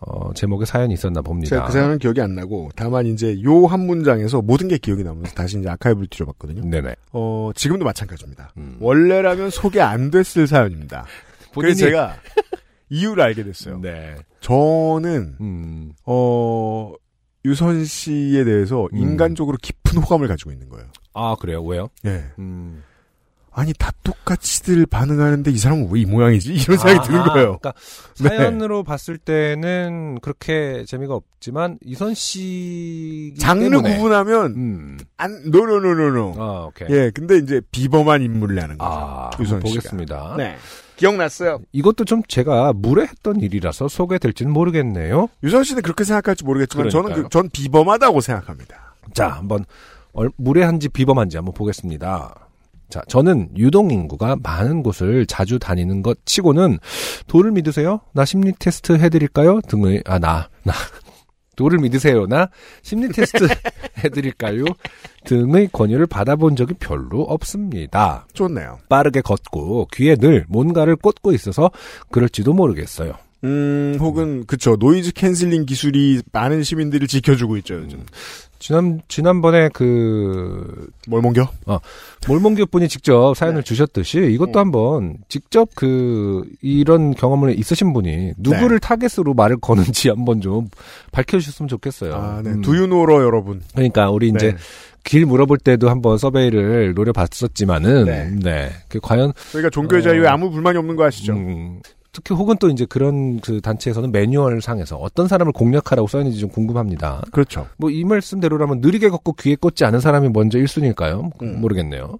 어, 제목의 사연이 있었나 봅니다. 제가 그 사연은 기억이 안 나고 다만 이제 요 한 문장에서 모든 게 기억이 나면서 다시 이제 아카이브를 뒤져봤거든요. 네네. 어, 지금도 마찬가지입니다. 음. 원래라면 소개 안 됐을 사연입니다. 그래서 제가 이유를 알게 됐어요. 네. 저는 음, 어, 유선 씨에 대해서 음. 인간적으로 깊은 호감을 가지고 있는 거예요. 아 그래요? 왜요? 예. 음. 아니 다 똑같이들 반응하는데 이 사람은 왜 이 모양이지? 이런 생각이 아, 드는 아, 거예요. 그러니까 네. 사연으로 봤을 때는 그렇게 재미가 없지만 이선 씨 장르 때문에. 구분하면 음. 안 노노노노노. 아, 오케이. 예, 근데 이제 비범한 인물이라는 거죠. 아, 유선 씨가. 보겠습니다. 네. 기억났어요. 이것도 좀 제가 무례했던 일이라서 소개될지는 모르겠네요. 유선 씨는 그렇게 생각할지 모르겠지만 저는 그러니까요. 그, 전 비범하다고 생각합니다. 자, 한번 얼- 무례한지 비범한지 한번 보겠습니다. 자, 저는 유동 인구가 많은 곳을 자주 다니는 것 치고는 도를 믿으세요? 나 심리 테스트 해드릴까요? 등의 아 나 나 도를 믿으세요? 나 심리 테스트 해드릴까요? 등의 권유를 받아본 적이 별로 없습니다. 좋네요. 빠르게 걷고 귀에 늘 뭔가를 꽂고 있어서 그럴지도 모르겠어요. 음, 혹은 그쵸 노이즈 캔슬링 기술이 많은 시민들을 지켜주고 있죠 요즘. 음. 지난 지난번에 그 뭘 옮겨? 몰몬교 분이 직접 사연을 네. 주셨듯이 이것도 한번 직접 그 이런 경험을 있으신 분이 누구를 네. 타겟으로 말을 거는지 한번 좀 밝혀주셨으면 좋겠어요. 아, 네. 음. 두유노러 여러분. 그러니까 우리 이제 네. 길 물어볼 때도 한번 서베이를 노려봤었지만은 네. 네, 그 과연 저희가 종교의 자유에 어. 아무 불만이 없는 거 아시죠? 음, 특히 혹은 또 이제 그런 그 단체에서는 매뉴얼 상에서 어떤 사람을 공략하라고 써있는지 좀 궁금합니다. 그렇죠. 뭐 이 말씀대로라면 느리게 걷고 귀에 꽂지 않은 사람이 먼저 1순위일까요? 음. 모르겠네요.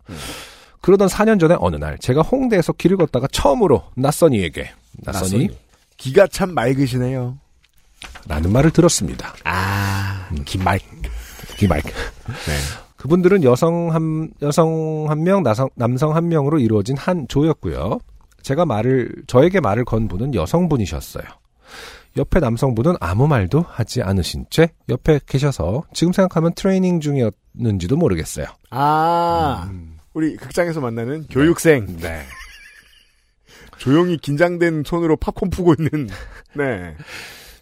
그러던 4년 전에 어느 날 제가 홍대에서 길을 걷다가 처음으로 낯선이에게 낯선이 기가 참 맑으시네요. 라는 말을 들었습니다. 아, 네. 기말. 이 말. 그분들은 여성 한 여성 한 명, 나성, 남성 한 명으로 이루어진 한 조였고요. 제가 말을 저에게 말을 건 분은 여성분이셨어요. 옆에 남성분은 아무 말도 하지 않으신 채 옆에 계셔서 지금 생각하면 트레이닝 중이었는지도 모르겠어요. 아, 음. 우리 극장에서 만나는 교육생. 네. 조용히 긴장된 손으로 팝콘 푸고 있는, 네.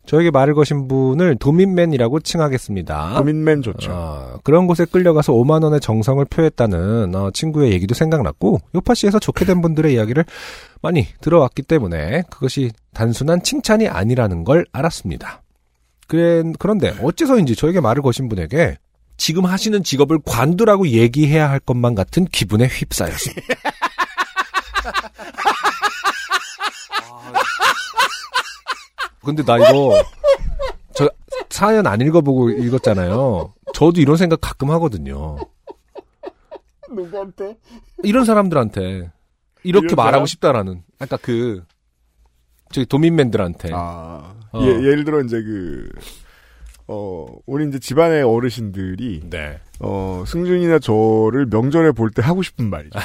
저에게 말을 거신 분을 도민맨이라고 칭하겠습니다. 도민맨 좋죠. 어, 그런 곳에 끌려가서 5만 원의 정성을 표했다는 어, 친구의 얘기도 생각났고 요파시에서 좋게 된 분들의 이야기를 많이 들어왔기 때문에 그것이 단순한 칭찬이 아니라는 걸 알았습니다. 그래, 그런데 어째서인지 저에게 말을 거신 분에게 지금 하시는 직업을 관두라고 얘기해야 할 것만 같은 기분에 휩싸였습니다. 근데 나 이거 저 사연 안 읽어보고 읽었잖아요. 저도 이런 생각 가끔 하거든요. 누구한테? 이런 사람들한테 이렇게 이런 사람? 말하고 싶다라는. 아까 그 저기 도민맨들한테. 아, 어. 예, 예를 들어 이제 그, 어, 우리 이제 집안의 어르신들이, 네. 어, 승준이나 저를 명절에 볼 때 하고 싶은 말이죠.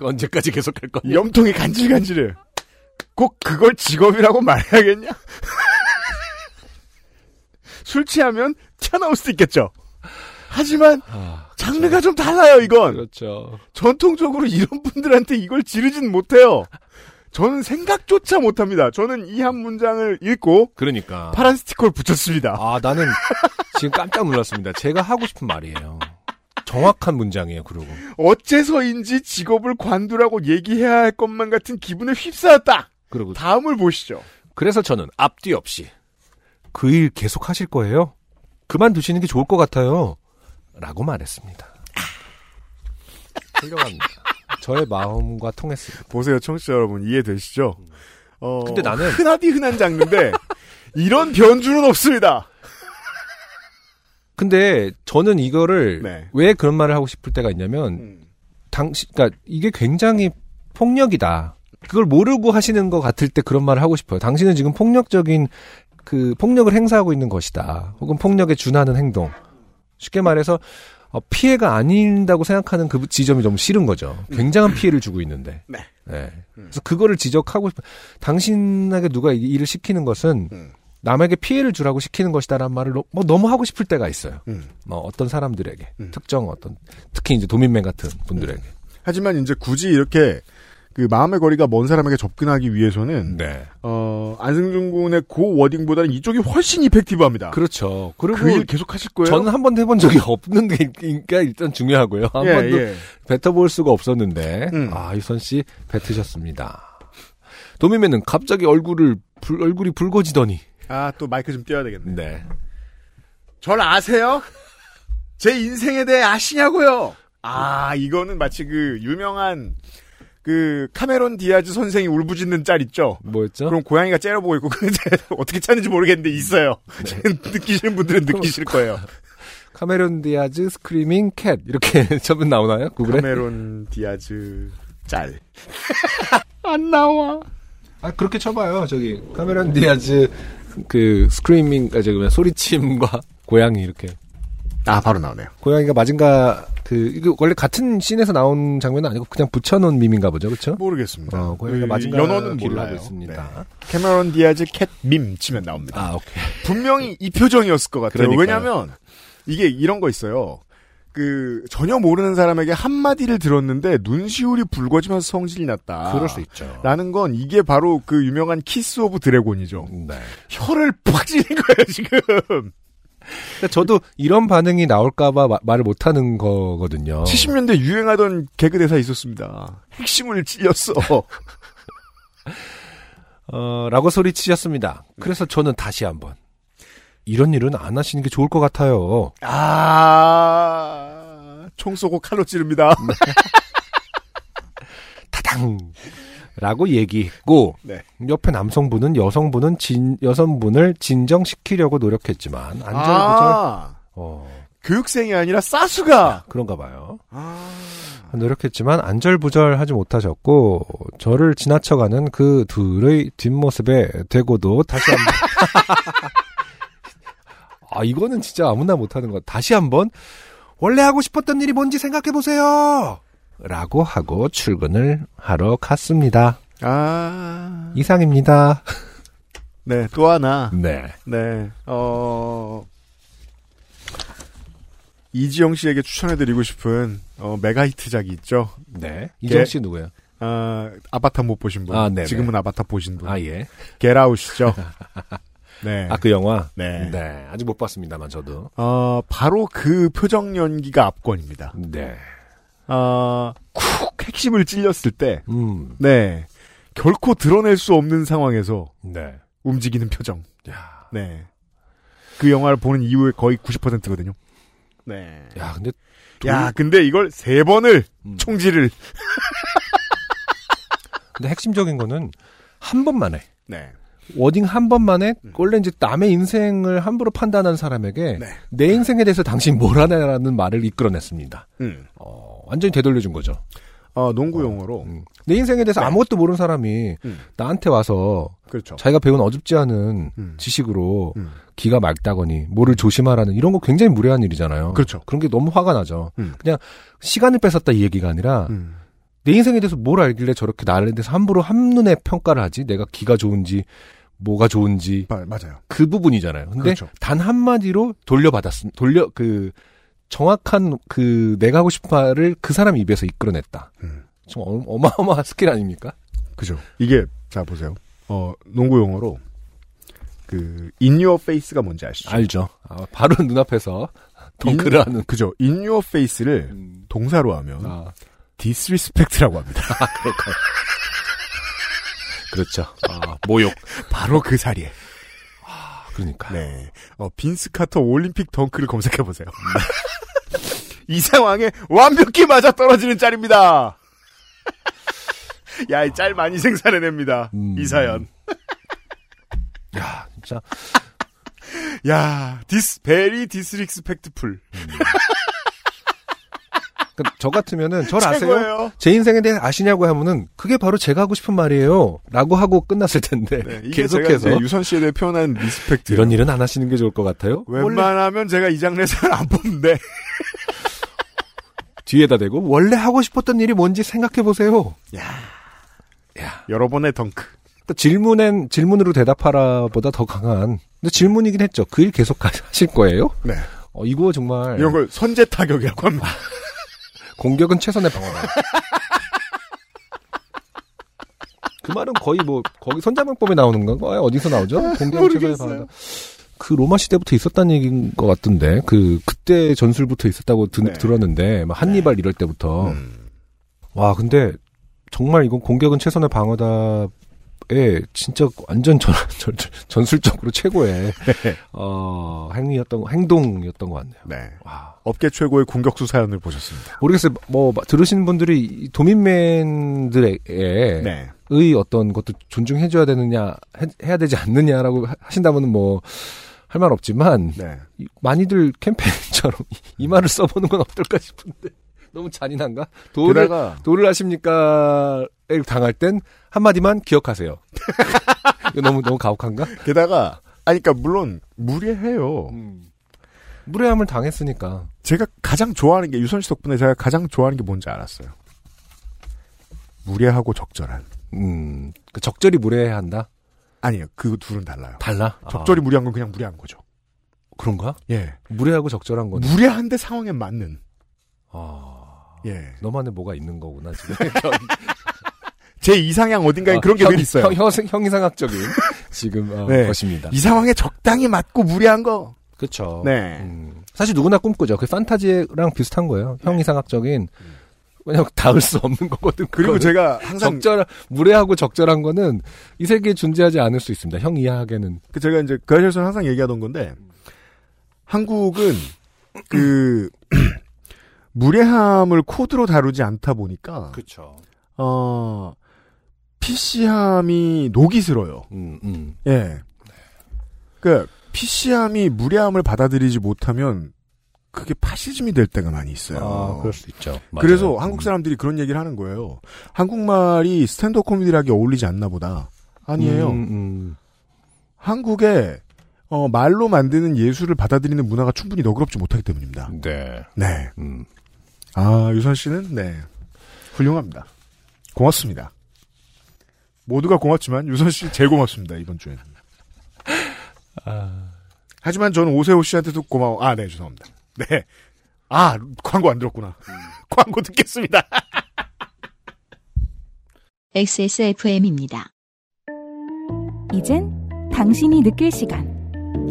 언제까지 계속할 거냐? 염통이 간질간질해. 꼭 그걸 직업이라고 말해야겠냐? 술 취하면 튀어나올 수도 있겠죠. 하지만 장르가 좀 달라요, 이건. 아, 그렇죠. 전통적으로 이런 분들한테 이걸 지르진 못해요. 저는 생각조차 못합니다. 저는 이 한 문장을 읽고 그러니까. 파란 스티커를 붙였습니다. 아 나는 지금 깜짝 놀랐습니다. 제가 하고 싶은 말이에요. 정확한 문장이에요. 그러고. 어째서인지 직업을 관두라고 얘기해야 할 것만 같은 기분에 휩싸였다. 그러고. 다음을 보시죠. 그래서 저는 앞뒤 없이 그 일 계속 하실 거예요? 그만두시는 게 좋을 것 같아요. 라고 말했습니다. 훌륭합니다. 저의 마음과 통했습니다. 보세요, 청취자 여러분. 이해되시죠? 어, 음. 근데 나는- 흔하디 흔한 장르인데, 이런 변주는 없습니다. 근데 저는 이거를 네. 음. 왜 그런 말을 하고 싶을 때가 있냐면 당시 그러니까 이게 굉장히 폭력이다. 그걸 모르고 하시는 것 같을 때 그런 말을 하고 싶어요. 당신은 지금 폭력적인 그 폭력을 행사하고 있는 것이다. 혹은 폭력에 준하는 행동. 쉽게 말해서 어, 피해가 아닌다고 생각하는 그 지점이 너무 싫은 거죠. 굉장한 피해를 주고 있는데. 네. 예. 그래서 그거를 지적하고 싶어. 당신에게 누가 이 일을 시키는 것은 음. 남에게 피해를 주라고 시키는 것이다라는 말을 너- 뭐 너무 하고 싶을 때가 있어요. 음. 뭐 어떤 사람들에게 음. 특정 어떤 특히 이제 도민맨 같은 분들에게. 하지만 이제 굳이 이렇게, 그 마음의 거리가 먼 사람에게 접근하기 위해서는 네. 어, 안승준 군의 고 워딩보다는 이쪽이 훨씬 이펙티브합니다. 그렇죠. 그리고 그 일 계속 하실 거예요? 저는 한 번도 해본 적이 없는 게 그러니까 일단 중요하고요. 한 예, 번도 예. 뱉어볼 수가 없었는데 음. 아 유선 씨 뱉으셨습니다. 도미맨은 갑자기 얼굴을 불- 얼굴이 붉어지더니 아, 또 마이크 좀 띄워야 되겠네. 네. 절 아세요? 제 인생에 대해 아시냐고요? 아, 이거는 마치 그 유명한 그 카메론 디아즈 선생이 울부짖는 짤 있죠? 뭐였죠? 그럼 고양이가 째려보고 있고 근데 어떻게 찾는지 모르겠는데 있어요. 네. 느끼시는 분들은 느끼실 거예요. 카메론 디아즈 스크리밍 캣 이렇게 처음 나오나요? 구글에? 카메론 디아즈 짤. 아 그렇게 쳐봐요. 저기 카메론 디아즈 그 스크리밍 아 저기 뭐야, 소리침과 고양이 이렇게 아, 바로 나오네요. 고양이가 마징가 그 이거 원래 같은 씬에서 나온 장면은 아니고 그냥 붙여놓은 밈인가 보죠, 그렇죠? 모르겠습니다. 어, 고양이가 네. 이 마징가 연어는 길을 몰라요. 하고 있습니다. 캐머런 디아즈 캣 밈 치면 나옵니다. 아 오케이. 분명히 이 표정이었을 것 같아요. 그러니까요. 왜냐하면 이게 이런 거 있어요. 그 전혀 모르는 사람에게 한 마디를 들었는데 눈시울이 붉어지면서 성질이 났다. 그럴 수 있죠. 라는 건 이게 바로 그 유명한 키스 오브 드래곤이죠. 네. 혀를 팍 찌는 거예요 지금. 그러니까 저도 이런 반응이 나올까봐 마- 말을 못하는 거거든요. 70년대 유행하던 개그 대사 있었습니다. 핵심을 찔렸어. 어, 라고 소리치셨습니다. 그래서 저는 다시 한번 이런 일은 안 하시는 게 좋을 것 같아요. 아, 총 쏘고 칼로 찌릅니다. 음, 타당. 라고 얘기했고 네. 옆에 남성분은 여성분은 진 여성분을 진정시키려고 노력했지만 안절부절 아, 어, 교육생이 아니라 싸수가. 그런가 봐요. 아, 노력했지만 안절부절하지 못하셨고 저를 지나쳐가는 그 둘의 뒷모습에 대고도 다시 한번 아 이거는 진짜 아무나 못하는 것 다시 한번 원래 하고 싶었던 일이 뭔지 생각해 보세요 라고 하고 출근을 하러 갔습니다 아. 이상입니다 네, 또 하나. 네 네, 어, 이지영 씨에게 추천해드리고 싶은, 어, 메가히트작이 있죠. 네. 이정 씨 누구예요? 아, 아바타 못 보신 분. 아, 네네. 지금은 아바타 보신 분. 아, 예. 게라우시죠. 네. 아, 그 영화? 네. 네. 아직 못 봤습니다만, 저도. 어, 바로 그 표정 연기가 압권입니다. 네. 아, 쿡! 핵심을 찔렸을 때, 음, 네. 결코 드러낼 수 없는 상황에서 네. 움직이는 표정. 야, 네. 그 영화를 보는 이후에 거의 90%거든요. 네. 야 근데. 야, 근데 이걸 세 번을 음. 총질을. 근데 핵심적인 거는 한 번만 해. 네. 워딩 한 번만에 원래 이제 남의 인생을 함부로 판단한 사람에게 네. 내 인생에 대해서 당신 뭘 하냐라는 말을 이끌어냈습니다. 음. 어, 완전히 되돌려준 거죠. 어, 농구 용어로. 음. 내 인생에 대해서 아무것도 모르는 사람이 음. 나한테 와서 그렇죠. 자기가 배운 어줍지 않은 음. 지식으로 음. 기가 맑다거니 뭐를 조심하라는 이런 거 굉장히 무례한 일이잖아요. 그렇죠. 런게 너무 화가 나죠. 음. 그냥 시간을 뺏었다 이 얘기가 아니라 음. 내 인생에 대해서 뭘 알길래 저렇게 나에 대해서 함부로 한눈에 평가를 하지 내가 기가 좋은지 뭐가 좋은지 마- 맞아요. 그 부분이잖아요. 근데 그렇죠. 단 한마디로 돌려받았음, 돌려, 그, 정확한 그, 내가 하고 싶은 말을 그 사람 입에서 이끌어냈다. 음. 좀 어, 어마어마한 스킬 아닙니까? 그죠. 이게, 자, 보세요. 어, 농구 용어로, 그, in your face가 뭔지 아시죠? 알죠. 아, 바로 눈앞에서 덩크를 In- 하는. 그죠. in your face를 음. 동사로 하면, 아, disrespect라고 합니다. 그렇죠. 아, 모욕. 바로 그 자리에. 그러니까. 네. 어, 빈스 카터 올림픽 덩크를 검색해보세요. 이 상황에 완벽히 맞아 떨어지는 짤입니다. 야, 이 짤 많이 생산해냅니다. 음. 이 사연. 야, 진짜. 야, 디스, 베리 디스릭스펙트풀. 그러니까 저 같으면은 절 아세요? 최고예요. 제 인생에 대해 아시냐고 하면은 그게 바로 제가 하고 싶은 말이에요. 라고 하고 끝났을 텐데. 네, 이게 제가 계속해서 이제 유선 씨에 대해 표현한 리스펙트. 이런 일은 안 하시는 게 좋을 것 같아요. 원래 웬만하면 제가 이 장르에서는 안 뽑는데. 뒤에다 대고 원래 하고 싶었던 일이 뭔지 생각해 보세요. 여러 번의 덩크. 그러니까 질문엔 질문으로 대답하라보다 더 강한. 근데 질문이긴 했죠. 그 일 계속 하실 거예요? 네. 어, 이거 정말 이런 걸 선제 타격이라고 합니다. 공격은 최선의 방어다. 그 말은 거의 뭐 거기 선자방법에 나오는 건가요? 아, 어디서 나오죠? 공격은 최선의 모르겠어요. 방어다. 그 로마 시대부터 있었다는 얘기인 것 같은데 그 그때 전술부터 있었다고 드- 네. 들었는데 막 한니발 이럴 어. 때부터 음. 와 근데 정말 이건 공격은 최선의 방어다. 에 진짜 완전 전, 전, 전술적으로 최고의 어, 행위였던 행동이었던 것 같네요. 네. 와 업계 최고의 공격수 사연을 보셨습니다. 모르겠어요. 뭐 마- 들으시는 분들이 이 도민맨들의 네. 의 어떤 것도 존중해줘야 되느냐 해, 해야 되지 않느냐라고 하- 하신다면은 뭐. 할 말 없지만 네. 이- 많이들 캠페인처럼 이- 이 말을 써보는 건 어떨까 싶은데 너무 잔인한가? 도를 게다가 도를 아십니까? 를 당할 땐 한마디만 기억하세요. 이거 너무 너무 가혹한가? 게다가 아니 그러니까 물론 무례해요. 무례함을 당했으니까 제가 가장 좋아하는 게 유선 씨 덕분에 제가 가장 좋아하는 게 뭔지 알았어요. 무례하고 적절한. 음, 그 적절히 무례해야 한다. 아니요. 그 둘은 달라요. 달라. 적절히 무례한 건 그냥 무례한 거죠. 아, 그런가? 예. 무례하고 적절한 건 무례한데 상황에 맞는. 아, 예. 너만의 뭐가 있는 거구나 지금. 제 이상향 어딘가에 그러니까 그런 게 아, 형- 늘 있어요. 형, 형, 형이상학적인 지금 어, 네. 것입니다. 이 상황에 적당히 맞고 무례한 거. 그렇죠. 네. 음, 사실 누구나 꿈꾸죠. 그 판타지랑 비슷한 거예요. 형이상학적인 왜냐면 닿을 수 없는 거거든. 네. 그리고 그거는. 제가 항상 적절 무례하고 적절한 거는 이 세계에 존재하지 않을 수 있습니다. 형 이하에는 그 제가 이제 그아실에서 항상 얘기하던 건데 한국은 그 무례함을 코드로 다루지 않다 보니까 그렇죠. 어 PC함이 녹이 슬어요. 음, 음. 예. 그 PC함이 무례함을 받아들이지 못하면 그게 파시즘이 될 때가 많이 있어요. 아, 그럴 수 있죠. 맞아요. 네. 그래서 음. 한국 사람들이 그런 얘기를 하는 거예요. 한국말이 스탠드 코미디하게 어울리지 않나 보다. 아니에요. 음, 음. 한국의 어, 말로 만드는 예술을 받아들이는 문화가 충분히 너그럽지 못하기 때문입니다. 네. 네. 음. 아, 유선 씨는, 네. 훌륭합니다. 고맙습니다. 모두가 고맙지만 유선 씨 제일 고맙습니다, 이번 주에는. 하지만 저는 오세호 씨한테도 고마워. 아, 네, 죄송합니다. 네. 아, 광고 안 들었구나. 광고 듣겠습니다. XSFM입니다. 이젠 당신이 느낄 시간.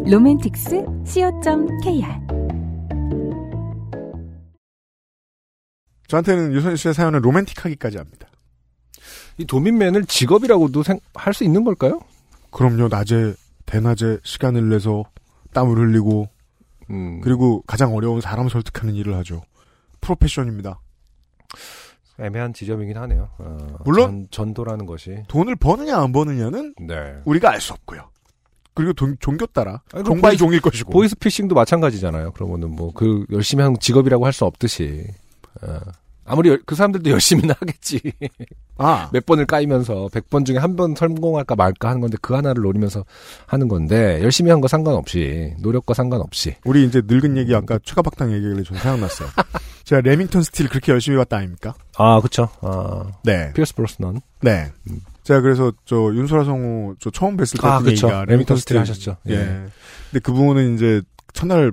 로맨틱스 co.kr 저한테는 유선 씨의 사연은 로맨틱하기까지 합니다. 이 도민맨을 직업이라고도 할 수 있는 걸까요? 그럼요, 낮에, 대낮에 시간을 내서 땀을 흘리고 음. 그리고 가장 어려운 사람 설득하는 일을 하죠. 프로페셔입니다. 애매한 지점이긴 하네요. 어, 물론- 전, 도라는 것이 돈을 버느냐 안 버느냐는 네. 우리가 알 수 없고요. 그리고 돈- 종교 따라 아니, 그럼 종바이 보이스- 종일 것이고 보이스피싱도 마찬가지잖아요. 그러면은 뭐 그 열심히 한 직업이라고 할 수 없듯이 어, 아무리 열- 그 사람들도 열심히는 하겠지. 아 몇 번을 까이면서 100번 중에 한 번 성공할까 말까 하는 건데 그 하나를 노리면서 하는 건데 열심히 한 거 상관없이 노력과 상관없이 우리 이제 늙은 얘기 음. 아까 최가박당 얘기길래 저는 생각났어요. 제가 레밍턴 스틸 그렇게 열심히 봤다 아닙니까? 아 그쵸 아 네, 피어스 브로스넌 네. 제가 그래서 저 윤소라 성우 저 처음 뵀을 때 아, 그 그쵸. 얘기가 레밍턴 스틸 하셨죠. 예. 예. 근데 그분은 이제 첫날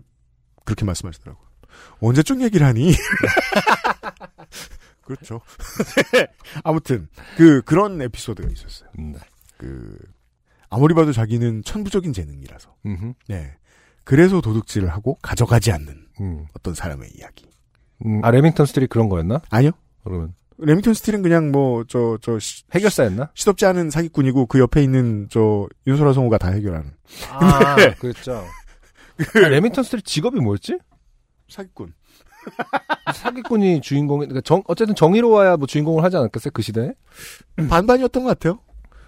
그렇게 말씀하시더라고. 요 언제쯤 얘기를 하니? 그렇죠. 아무튼 그 그런 에피소드가 있었어요. 네. 그 아무리 봐도 자기는 천부적인 재능이라서. 음흠. 네. 그래서 도둑질을 하고 가져가지 않는 음. 어떤 사람의 이야기. 음, 아 레밍턴 스틸이 그런 거였나? 아니요. 그러면 레밍턴 스틸은 그냥 뭐 저 저 해결사였나? 시덥지 않은 사기꾼이고 그 옆에 있는 저 윤소라 성우가 다 해결하는 아, 그랬죠. 아, 레밍턴 스틸 직업이 뭐였지? 사기꾼. 사기꾼이 주인공이, 그러니까 정, 어쨌든 정의로워야 뭐 주인공을 하지 않았겠어요? 그 시대에? 음. 반반이었던 것 같아요.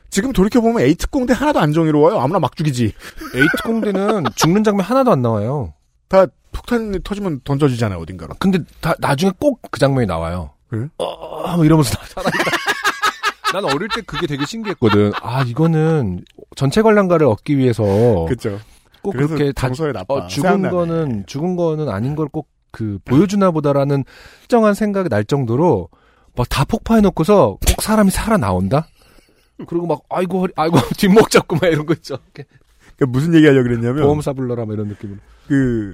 지금 돌이켜 보면 에이트 공대 하나도 안 정의로워요. 아무나 막 죽이지. 에이트 공대는 죽는 장면 하나도 안 나와요. 다 폭탄이 터지면 던져지잖아요 어딘가로. 근데 다, 나중에 꼭 그 장면이 나와요. 그래요? 어, 뭐 이러면서 나 살아있다. 난 어릴 때 그게 되게 신기했거든. 아, 이거는 전체 관람가를 얻기 위해서 그렇죠. 꼭 그래서 그렇게 다 정서에 나빠. 어, 죽은 아, 생각나네. 거는 죽은 거는 아닌 걸 꼭 그 보여주나 보다라는 특정한 생각이 날 정도로 막 다 폭파해 놓고서 꼭 사람이 살아 나온다. 그리고 막 아이고 허리, 아이고 뒷목 잡고 막 이런 거 있죠. 이렇게 그러니까 무슨 얘기하려 고 그랬냐면 보험사 불러라 막 이런 느낌으로. 그,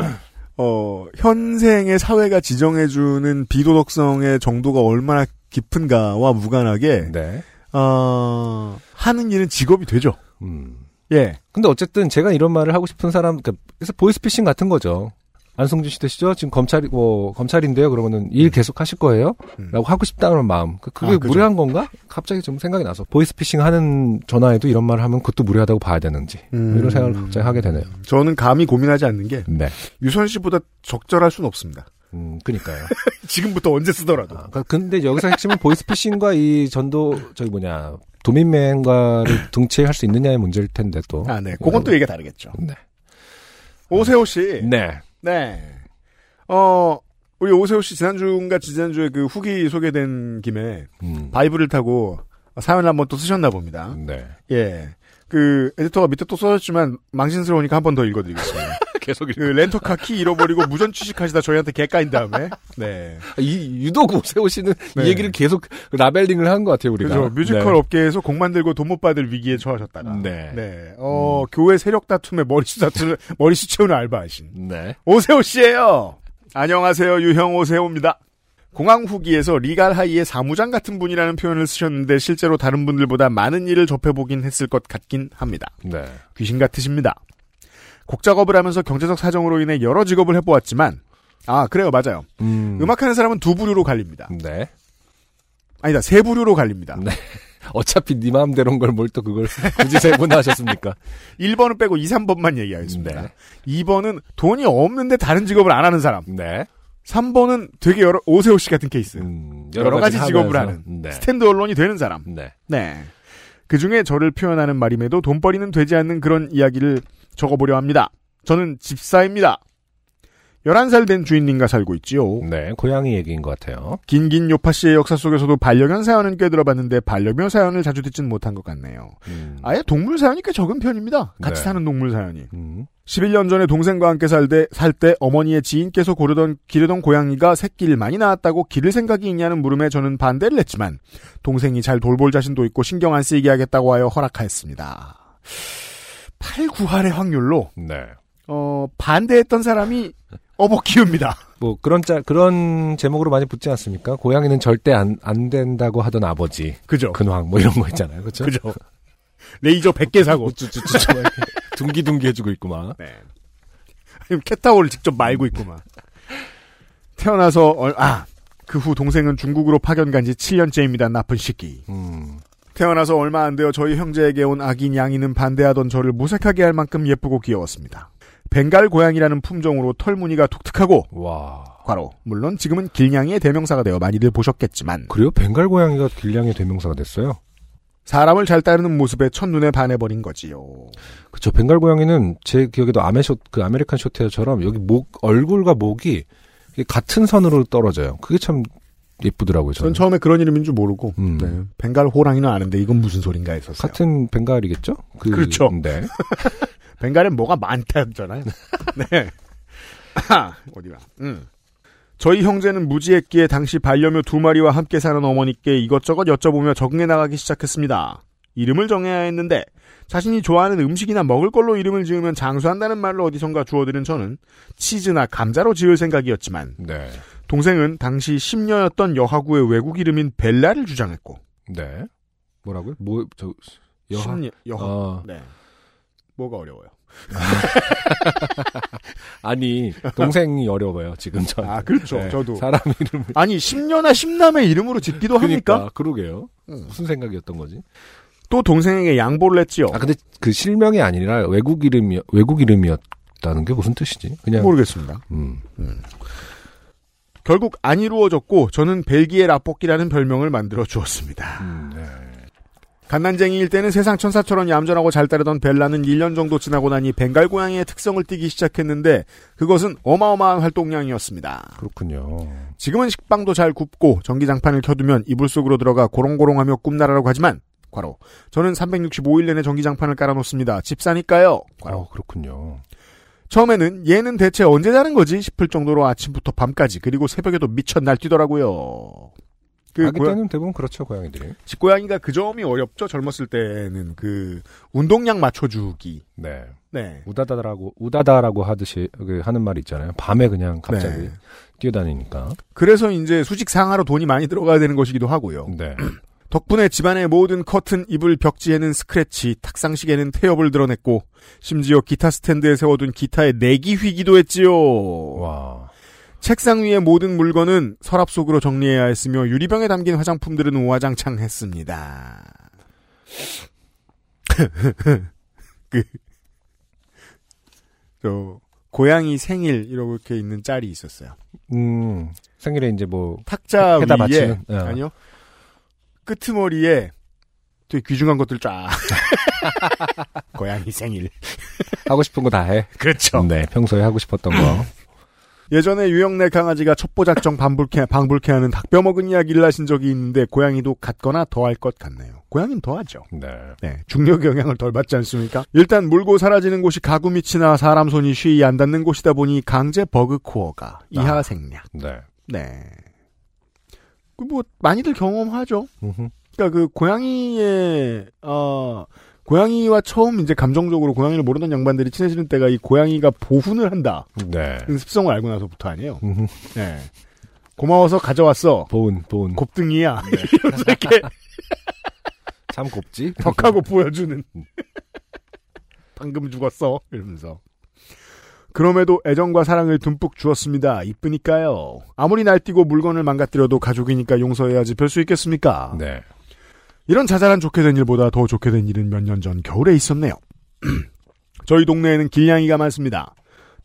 어, 현생의 사회가 지정해주는 비도덕성의 정도가 얼마나 깊은가와 무관하게, 네. 어, 하는 일은 직업이 되죠. 음. 예. 근데 어쨌든 제가 이런 말을 하고 싶은 사람 그러니까 그래서 보이스피싱 같은 거죠. 안성준 씨 되시죠? 지금 검찰이 뭐 검찰인데요. 그러면은 일 계속 하실 거예요? 음. 라고 하고 싶다는 마음. 그- 그게 아, 그죠. 무례한 건가? 갑자기 좀 생각이 나서 보이스피싱 하는 전화에도 이런 말을 하면 그것도 무례하다고 봐야 되는지. 음. 이런 생각을 갑자기 하게 되네요. 저는 감히 고민하지 않는 게, 네. 유선 씨보다 적절할 순 없습니다. 음, 그니까요. 지금부터 언제 쓰더라도. 아, 그- 근데 여기서 핵심은 보이스피싱과 이 전도, 저기 뭐냐, 도민맹과를 동체할 수 있느냐의 문제일 텐데 또. 아, 네. 그건 또 얘기가 다르겠죠. 음. 네. 오세호 씨. 네. 네. 어, 우리 오세호 씨 지난주인가 지난주에 그 후기 소개된 김에 음. 바이브를 타고 사연을 한번 또 쓰셨나 봅니다. 네. 예. 그 에디터가 밑에 또 써줬지만 망신스러우니까 한 번 더 읽어드리겠습니다. 계속 그 렌터카 키 잃어버리고 무전 취식하시다 저희한테 개까인 다음에 네 이, 유독 뭐 오세호 씨는 네. 이 얘기를 계속 라벨링을 한 것 같아요, 우리가. 그죠 뮤지컬 네. 업계에서 공 만들고 돈 못 받을 위기에 처하셨다가 네. 네어 교회 세력 다툼에 머리수 다툼을 머리수 채우는 알바하신 네. 오세호 씨예요. 안녕하세요. 유형 오세호입니다. 공항 후기에서 리갈 하이의 사무장 같은 분이라는 표현을 쓰셨는데 실제로 다른 분들보다 많은 일을 접해보긴 했을 것 같긴 합니다. 네. 귀신 같으십니다. 곡 작업을 하면서 경제적 사정으로 인해 여러 직업을 해보았지만, 아, 그래요, 맞아요. 음. 음. 악하는 사람은 두 부류로 갈립니다. 네. 아니다, 세 부류로 갈립니다. 네. 어차피 네 마음대로인 걸 뭘 또 그걸 굳이 세분화하셨습니까? 1번은 빼고 2, 3번만 얘기하겠습니다. 네. 2번은 돈이 없는데 다른 직업을 안 하는 사람. 네. 3번은 되게 여러, 오세호 씨 같은 케이스. 음, 여러, 가지, 직업을 하면서. 하는. 네. 스탠드 언론이 되는 사람. 네. 네. 그 중에 저를 표현하는 말임에도 돈벌이는 되지 않는 그런 이야기를 적어보려 합니다. 저는 집사입니다. 11살 된 주인님과 살고 있지요. 네, 고양이 얘기인 것 같아요. 긴긴 요파 씨의 역사 속에서도 반려견 사연은 꽤 들어봤는데 반려묘 사연을 자주 듣진 못한 것 같네요. 음. 아예 동물 사연이 꽤 적은 편입니다. 같이 네. 사는 동물 사연이. 음. 11년 전에 동생과 함께 살 때 살 때 어머니의 지인께서 고르던 기르던 고양이가 새끼를 많이 낳았다고 기를 생각이 있냐는 물음에 저는 반대를 했지만 동생이 잘 돌볼 자신도 있고 신경 안 쓰이게 하겠다고 하여 허락하였습니다. 8, 9할의 확률로 네. 어, 반대했던 사람이 어버 키웁니다. 뭐 그런 짤 그런 제목으로 많이 붙지 않습니까? 고양이는 절대 안, 안 된다고 하던 아버지 그죠? 근황 뭐 이런 거 있잖아요, 그렇죠? 그죠? 레이저 100개 사고 우쭈쭈쭈 막 이렇게 둥기둥기 해주고 있고 막. 네. 아니면 캣타워를 직접 말고 있구만. 태어나서 얼, 아, 그 후 동생은 중국으로 파견 간 지 7년째입니다. 나쁜 시기. 음. 태어나서 얼마 안 되어 저희 형제에게 온 아기 냥이는 반대하던 저를 무색하게 할 만큼 예쁘고 귀여웠습니다. 벵갈 고양이라는 품종으로 털무늬가 독특하고 와. 과로 물론 지금은 길냥이의 대명사가 되어 많이들 보셨겠지만 그래요? 벵갈 고양이가 길냥이 대명사가 됐어요. 사람을 잘 따르는 모습에 첫눈에 반해버린 거지요. 그쵸. 벵갈 고양이는 제 기억에도 아메쇼, 그 아메리칸 쇼테어처럼 여기 목, 얼굴과 목이 이게 같은 선으로 떨어져요. 그게 참 예쁘더라고요, 저는. 전 처음에 그런 이름인 줄 모르고 음. 네, 벵갈 호랑이는 아는데 이건 무슨 소린가 했었어요. 같은 벵갈이겠죠? 그, 그렇죠. 네. 벵갈엔 뭐가 많다잖아요. 네. 아하, 어디가? 음. 저희 형제는 무지했기에 당시 반려묘 두 마리와 함께 사는 어머니께 이것저것 여쭤보며 적응해 나가기 시작했습니다. 이름을 정해야 했는데 자신이 좋아하는 음식이나 먹을 걸로 이름을 지으면 장수한다는 말로 어디선가 주워들은 저는 치즈나 감자로 지을 생각이었지만 네. 동생은 당시 심녀였던 여하구의 외국 이름인 벨라를 주장했고 네. 뭐라고요? 뭐, 저, 여하. 심녀- 여하 어, 네. 뭐가 어려워요? 아니 동생이 어려워요 지금 저. 아, 그렇죠. 네. 저도. 사람 이름을. 아니 10년아 10남의 이름으로 짓기도 합니까? 그러니까 그러게요. 무슨 생각이었던 거지? 또 동생에게 양보를 했지요. 아 근데 그 실명이 아니라 외국 이름이 외국 이름이었다는 게 무슨 뜻이지? 그냥 뭐, 모르겠습니다. 음. 결국 안 이루어졌고 저는 벨기에 라볶이라는 별명을 만들어 주었습니다. 갓난쟁이일 때는 세상 천사처럼 얌전하고 잘 따르던 벨라는 1년 정도 지나고 나니 벵갈 고양이의 특성을 띠기 시작했는데 그것은 어마어마한 활동량이었습니다. 그렇군요. 지금은 식빵도 잘 굽고 전기장판을 켜두면 이불 속으로 들어가 고롱고롱하며 꿈나라라고 하지만 과로 저는 365일 내내 전기장판을 깔아놓습니다. 집 사니까요. 과로. 아 그렇군요. 처음에는 얘는 대체 언제 자는 거지 싶을 정도로 아침부터 밤까지 그리고 새벽에도 미쳐 날뛰더라고요. 그 아기 고야- 때는 대부분 그렇죠 고양이들이. 집고양이가 그 점이 어렵죠. 젊었을 때는 그 운동량 맞춰주기. 네. 네. 우다다라고 우다다라고 하듯이 그 하는 말이 있잖아요. 밤에 그냥 갑자기 네. 뛰어다니니까. 그래서 이제 수직 상하로 돈이 많이 들어가야 되는 것이기도 하고요. 네. 덕분에 집안의 모든 커튼, 이불, 벽지에는 스크래치, 탁상식에는 태엽을 드러냈고 심지어 기타 스탠드에 세워둔 기타의 내기 휘기도 했지요. 와. 책상 위의 모든 물건은 서랍 속으로 정리해야 했으며 유리병에 담긴 화장품들은 우아장창했습니다. 그, 저 고양이 생일 이렇게 있는 짤이 있었어요. 음. 생일에 이제 뭐 탁자 해다 위에 맞추는, 예. 아니요 끄트머리에 되게 귀중한 것들 쫙 고양이 생일 하고 싶은 거 다 해. 그렇죠. 네. 평소에 하고 싶었던 거. 예전에 유영래 강아지가 첩보작정 방불케, 방불케하는 닭뼈 먹은 이야기를 하신 적이 있는데 고양이도 같거나 더할 것 같네요. 고양이는 더하죠. 네. 네, 중력의 영향을 덜 받지 않습니까? 일단 물고 사라지는 곳이 가구 밑이나 사람 손이 쉬이 안 닿는 곳이다 보니 강제 버그 코어가 이하 생략. 네. 네. 그 뭐 많이들 경험하죠. 음흠. 그러니까 그 고양이의 어 고양이와 처음 이제 감정적으로 고양이를 모르던 양반들이 친해지는 때가 이 고양이가 보훈을 한다. 네. 그 습성을 알고 나서부터 아니에요. 음흠. 음. 네. 고마워서 가져왔어. 보은 보은 곱등이야. 이러면서 이렇게 참 곱지. 덕하고 보여주는. 방금 죽었어. 이러면서. 그럼에도 애정과 사랑을 듬뿍 주었습니다. 이쁘니까요. 아무리 날뛰고 물건을 망가뜨려도 가족이니까 용서해야지 별 수 있겠습니까? 네. 이런 자잘한 좋게 된 일보다 더 좋게 된 일은 몇 년 전 겨울에 있었네요. 저희 동네에는 길냥이가 많습니다.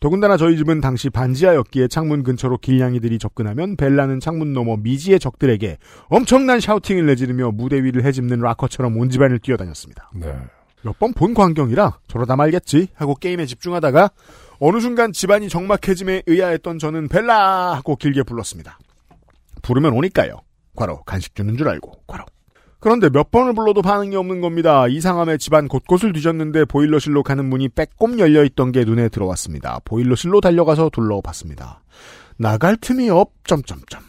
더군다나 저희 집은 당시 반지하였기에 창문 근처로 길냥이들이 접근하면 벨라는 창문 너머 미지의 적들에게 엄청난 샤우팅을 내지르며 무대 위를 헤집는 락커처럼 온 집안을 뛰어다녔습니다. 네. 몇 번 본 광경이라 저러다 말겠지 하고 게임에 집중하다가 어느 순간 집안이 적막해짐에 의아했던 저는 벨라 하고 길게 불렀습니다. 부르면 오니까요. 과로 간식 주는 줄 알고 과로. 그런데 몇 번을 불러도 반응이 없는 겁니다. 이상함에 집안 곳곳을 뒤졌는데 보일러실로 가는 문이 빼꼼 열려 있던 게 눈에 들어왔습니다. 보일러실로 달려가서 둘러봤습니다. 나갈 틈이 없 점점점.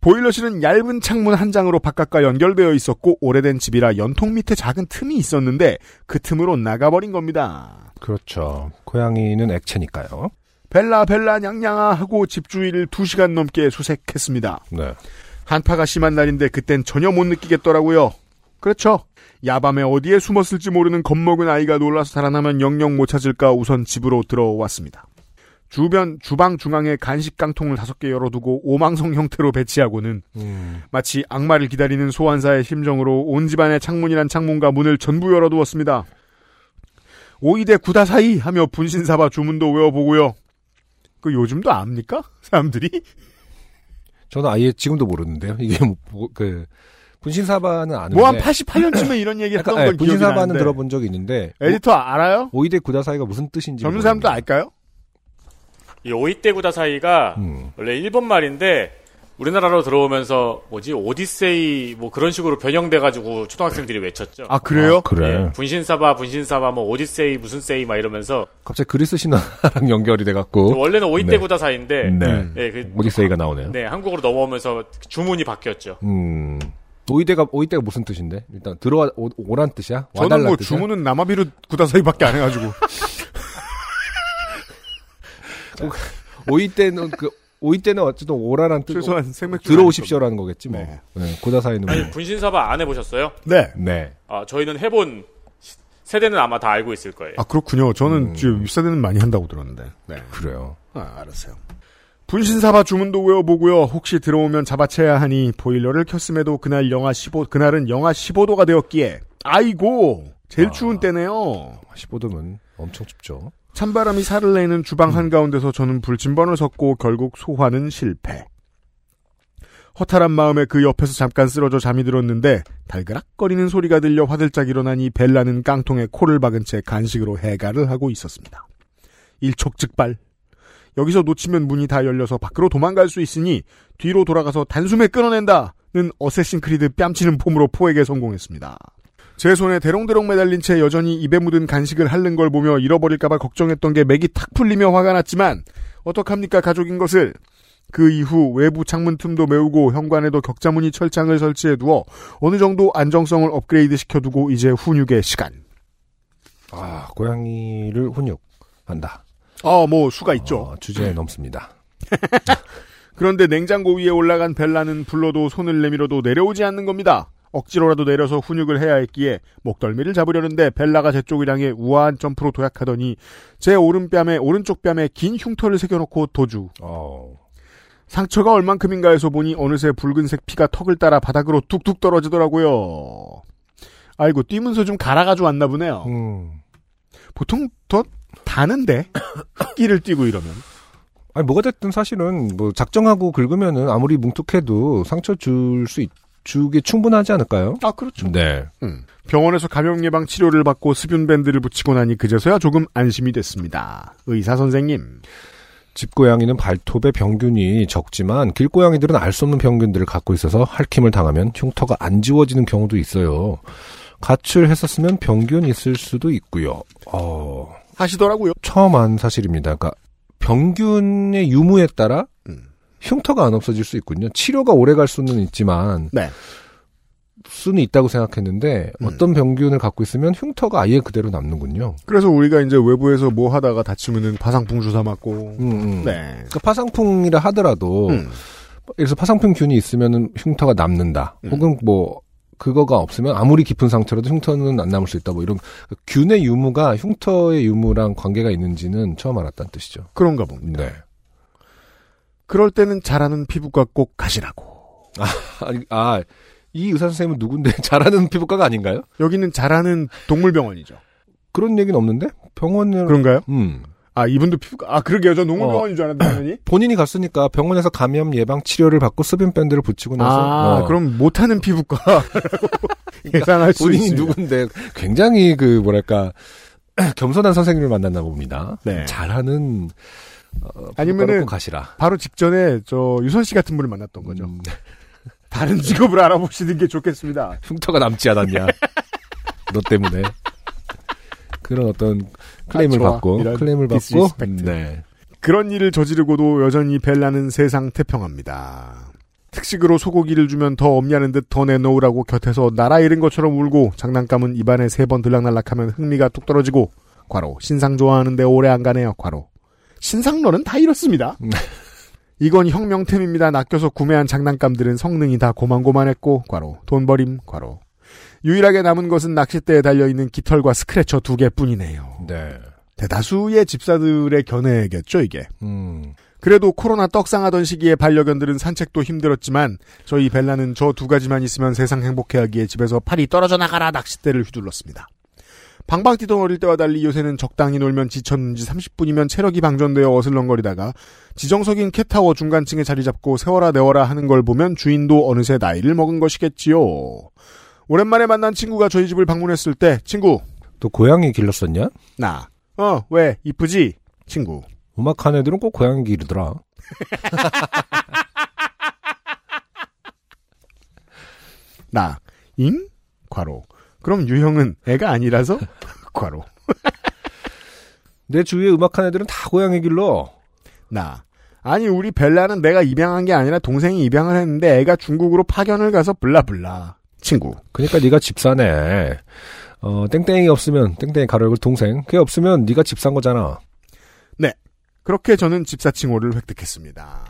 보일러실은 얇은 창문 한 장으로 바깥과 연결되어 있었고 오래된 집이라 연통 밑에 작은 틈이 있었는데 그 틈으로 나가버린 겁니다. 그렇죠. 고양이는 액체니까요. 벨라 벨라 냥냥아 하고 집주위를 2시간 넘게 수색했습니다. 네. 한파가 심한 날인데 그땐 전혀 못 느끼겠더라고요. 그렇죠. 야밤에 어디에 숨었을지 모르는 겁먹은 아이가 놀라서 살아나면 영영 못 찾을까 우선 집으로 들어왔습니다. 주변 주방 중앙에 간식 깡통을 다섯 개 열어두고 오망성 형태로 배치하고는 음. 마치 악마를 기다리는 소환사의 심정으로 온 집안의 창문이란 창문과 문을 전부 열어두었습니다. 오이대 구다 사이 하며 분신사바 주문도 외워보고요. 그 요즘도 압니까? 사람들이? 저는 아예 지금도 모르는데요. 이게 뭐, 보- 그 분신사바는 아는데. 뭐 한 88년쯤에 이런 얘기 했던 네. 약간, 예, 건 기억이 나는데. 분신사바는 들어본 적이 있는데. 에디터 알아요? 오이대 구다사이가 무슨 뜻인지. 젊은 사람도 모르겠네요. 알까요? 이 오이떼구다 사이가 음. 원래 일본 말인데 우리나라로 들어오면서 뭐지 오디세이 뭐 그런 식으로 변형돼 가지고 초등학생들이 외쳤죠. 아 그래요? 아, 그래. 예, 분신사바 분신사바 뭐 오디세이 무슨 세이 막 이러면서 갑자기 그리스 신화랑 연결이 돼갖고. 원래는 오이떼구다 사이인데 어? 네. 예, 그, 오디세이가 나오네요. 네 한국으로 넘어오면서 주문이 바뀌었죠. 음. 오이대가 오이대가 무슨 뜻인데? 일단 들어와 오, 오란 뜻이야? 저는 와달란 뭐 뜻이야? 주문은 남아비로 구다사이밖에 안 해가지고 오이대는 그 오이대는 어쨌든 오라란 뜻. 최소한 생맥주 들어오십시오라는 거겠지 뭐. 네. 네. 고다사이는 뭐. 분신사바 안 해보셨어요? 네. 네. 아 저희는 해본 시- 세대는 아마 다 알고 있을 거예요. 아 그렇군요. 저는 음. 지금 윗세대는 많이 한다고 들었는데. 네. 그래요. 아, 알았어요. 분신사바 주문도 외워보고요. 혹시 들어오면 잡아채야 하니 보일러를 켰음에도 그날 영하 15 그날은 영하 15도가 되었기에 아이고 제일 아. 추운 때네요. 15도면 아, 엄청 춥죠. 찬바람이 살을 내는 주방 한가운데서 저는 불침번을 섰고 결국 소화는 실패. 허탈한 마음에 그 옆에서 잠깐 쓰러져 잠이 들었는데 달그락거리는 소리가 들려 화들짝 일어나니 벨라는 깡통에 코를 박은 채 간식으로 해가를 하고 있었습니다. 일촉즉발. 여기서 놓치면 문이 다 열려서 밖으로 도망갈 수 있으니 뒤로 돌아가서 단숨에 끊어낸다는 어쌔신 크리드 뺨치는 폼으로 포에게 성공했습니다. 제 손에 대롱대롱 매달린 채 여전히 입에 묻은 간식을 핥는 걸 보며 잃어버릴까봐 걱정했던 게 맥이 탁 풀리며 화가 났지만 어떡합니까 가족인 것을 그 이후 외부 창문 틈도 메우고 현관에도 격자무늬 철창을 설치해 두어 어느 정도 안정성을 업그레이드 시켜두고 이제 훈육의 시간 아, 고양이를 훈육한다. 아 뭐 수가 있죠 어, 주제에 넘습니다. 그런데 냉장고 위에 올라간 벨라는 불러도 손을 내밀어도 내려오지 않는 겁니다 억지로라도 내려서 훈육을 해야 했기에 목덜미를 잡으려는데 벨라가 제 쪽을 향해 우아한 점프로 도약하더니 제 오른뺨에 오른쪽 뺨에 긴 흉터를 새겨놓고 도주 어, 상처가 얼만큼인가 해서 보니 어느새 붉은색 피가 턱을 따라 바닥으로 뚝뚝 떨어지더라고요. 아이고 뛰면서 좀 갈아가지고 왔나 보네요. 음. 보통 더 다는데 끼를 뛰고 이러면 아니, 뭐가 됐든 사실은 뭐 작정하고 긁으면은 아무리 뭉툭해도 상처 줄 수 있, 주게 충분하지 않을까요? 아 그렇죠. 네. 병원에서 감염 예방 치료를 받고 수분 밴드를 붙이고 나니 그제서야 조금 안심이 됐습니다. 의사 선생님. 집고양이는 발톱에 병균이 적지만 길고양이들은 알 수 없는 병균들을 갖고 있어서 핥힘을 당하면 흉터가 안 지워지는 경우도 있어요. 가출했었으면 병균 있을 수도 있고요. 어, 하시더라고요. 처음 안 사실입니다. 그러니까 병균의 유무에 따라 음. 흉터가 안 없어질 수 있군요. 치료가 오래 갈 수는 있지만 네. 수는 있다고 생각했는데 음. 어떤 병균을 갖고 있으면 흉터가 아예 그대로 남는군요. 그래서 우리가 이제 외부에서 뭐 하다가 다치면은 파상풍 주사 맞고. 음, 음. 네. 그러니까 파상풍이라 하더라도 음. 그래서 파상풍균이 있으면 흉터가 남는다. 음. 혹은 뭐 그거가 없으면 아무리 깊은 상처라도 흉터는 안 남을 수 있다. 뭐 이런 균의 유무가 흉터의 유무랑 관계가 있는지는 처음 알았다는 뜻이죠. 그런가 봅니다. 네. 그럴 때는 잘하는 피부과 꼭 가시라고. 아이 의사 선생님은 누군데 잘하는 피부과가 아닌가요? 여기는 잘하는 동물병원이죠. 그런 얘기는 없는데 병원을 그런가요? 어. 음. 아 이분도 피부과 아 그러게요. 저 농물병원인 줄 알았는데 당연히. 본인이 갔으니까 병원에서 감염 예방 치료를 받고 수빈 밴드를 붙이고 나서 아 어, 그럼 못하는 피부과 예상할 수 본인이 있습니다. 누군데 굉장히 그 뭐랄까 겸손한 선생님을 만났나 봅니다. 네. 잘하는 어, 아니면은 아니면은 가시라. 바로 직전에 저 유선 씨 같은 분을 만났던 거죠. 음, 다른 직업을 알아보시는 게 좋겠습니다. 흉터가 남지 않았냐. 너 때문에 그런 어떤 클레임을 아, 좋아. 받고 이런 클레임을 받고 디스리스펙트. 네. 그런 일을 저지르고도 여전히 벨라는 세상 태평합니다. 특식으로 소고기를 주면 더 없냐는 듯 더 내놓으라고 곁에서 나라 잃은 것처럼 울고 장난감은 입안에 세 번 들락날락하면 흥미가 뚝 떨어지고 과로 신상 좋아하는데 오래 안 가네요 과로 신상론은 다 이렇습니다. 이건 혁명템입니다. 낚여서 구매한 장난감들은 성능이 다 고만고만했고 과로 돈버림 과로 유일하게 남은 것은 낚싯대에 달려있는 깃털과 스크래처 두 개뿐이네요. 네. 대다수의 집사들의 견해겠죠 이게. 음. 그래도 코로나 떡상하던 시기에 반려견들은 산책도 힘들었지만 저희 벨라는 저 두 가지만 있으면 세상 행복해하기에 집에서 팔이 떨어져 나가라 낚싯대를 휘둘렀습니다. 방방 뛰던 어릴 때와 달리 요새는 적당히 놀면 지쳤는지 30분이면 체력이 방전되어 어슬렁거리다가 지정석인 캣타워 중간층에 자리 잡고 세워라 내워라 하는 걸 보면 주인도 어느새 나이를 먹은 것이겠지요. 오랜만에 만난 친구가 저희 집을 방문했을 때 친구 또 고양이 길렀었냐? 나 어 왜 이쁘지 친구 음악한 애들은 꼭 고양이 기르더라. 나, 임? 과로. 그럼 유형은 애가 아니라서? 과로. 내 주위에 음악한 애들은 다 고양이 길러. 나. 아니, 우리 벨라는 내가 입양한 게 아니라 동생이 입양을 했는데 애가 중국으로 파견을 가서 블라블라. 친구. 그러니까 네가 집사네. 어, 땡땡이 없으면 땡땡이 가로열고 동생. 그게 없으면 네가 집산 거잖아. 그렇게 저는 집사칭호를 획득했습니다.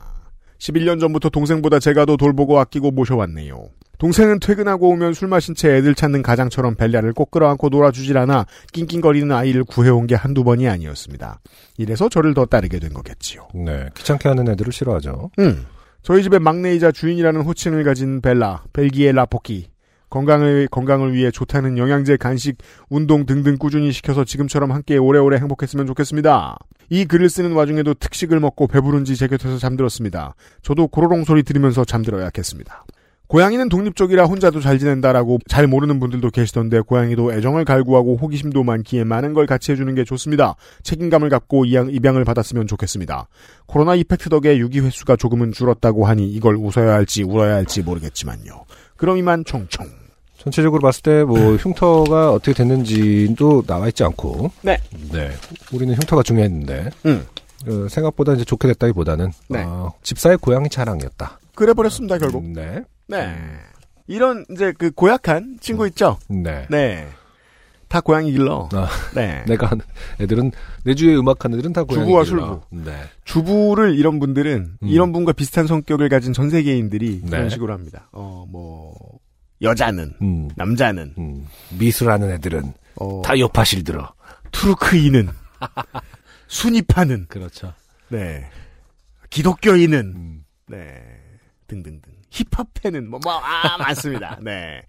11년 전부터 동생보다 제가 더 돌보고 아끼고 모셔왔네요. 동생은 퇴근하고 오면 술 마신 채 애들 찾는 가장처럼 벨야를 꼭 끌어안고 놀아주질 않아 낑낑거리는 아이를 구해온 게 한두 번이 아니었습니다. 이래서 저를 더 따르게 된 거겠지요. 네, 귀찮게 하는 애들을 싫어하죠. 음. 저희 집의 막내이자 주인이라는 호칭을 가진 벨라, 벨기에 라포키. 건강을, 건강을 위해 좋다는 영양제, 간식, 운동 등등 꾸준히 시켜서 지금처럼 함께 오래오래 행복했으면 좋겠습니다. 이 글을 쓰는 와중에도 특식을 먹고 배부른지 제 곁에서 잠들었습니다. 저도 고로롱 소리 들으면서 잠들어야겠습니다. 고양이는 독립적이라 혼자도 잘 지낸다라고 잘 모르는 분들도 계시던데 고양이도 애정을 갈구하고 호기심도 많기에 많은 걸 같이 해주는 게 좋습니다. 책임감을 갖고 이양- 입양을 받았으면 좋겠습니다. 코로나 이펙트 덕에 유기 횟수가 조금은 줄었다고 하니 이걸 웃어야 할지 울어야 할지 모르겠지만요. 그럼 이만 총총. 전체적으로 봤을 때 뭐 흉터가 어떻게 됐는지도 나와 있지 않고. 네. 네. 우리는 흉터가 중요했는데. 음. 어, 생각보다 이제 좋게 됐다기보다는 네. 어, 집사의 고양이 자랑이었다. 그래 버렸습니다 결국. 음, 네. 네. 이런 이제 그 고약한 친구 있죠. 네. 네. 다 고양이 길러. 아. 네. 내가 하는 애들은 내 주위에 음악하는 애들은 다 고양이. 주부와 길러. 네. 주부를 이런 분들은 음. 이런 분과 비슷한 성격을 가진 전 세계인들이 네. 그런 식으로 합니다. 어뭐 여자는 음. 남자는 음. 미술하는 애들은 어, 다 요파실 들어. 투르크인은 순이파는 그렇죠. 네 기독교인은 음. 네. 등등등. 힙합 팬은 뭐, 뭐, 아, 많습니다. 네.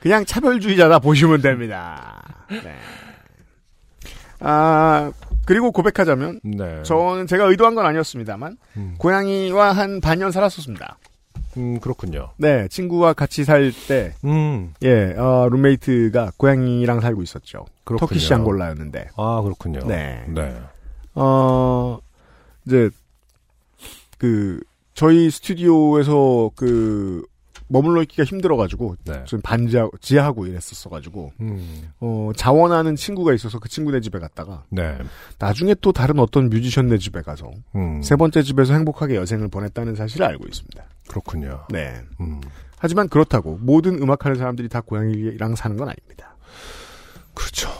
그냥 차별주의자다 보시면 됩니다. 네. 아, 그리고 고백하자면, 네. 저는 제가 의도한 건 아니었습니다만, 음. 고양이와 한 반년 살았었습니다. 음, 그렇군요. 네, 친구와 같이 살 때, 음. 예, 어, 룸메이트가 고양이랑 살고 있었죠. 그렇군요. 터키시 앙골라였는데, 아, 그렇군요. 네. 네. 어, 이제, 그, 저희 스튜디오에서 그, 머물러 있기가 힘들어가지고, 네. 좀 반지하, 지하하고 이랬었어가지고, 음. 어, 자원하는 친구가 있어서 그 친구네 집에 갔다가, 네. 나중에 또 다른 어떤 뮤지션네 집에 가서, 음. 세 번째 집에서 행복하게 여생을 보냈다는 사실을 알고 있습니다. 그렇군요. 네. 음. 하지만 그렇다고, 모든 음악하는 사람들이 다 고양이랑 사는 건 아닙니다. 그렇죠.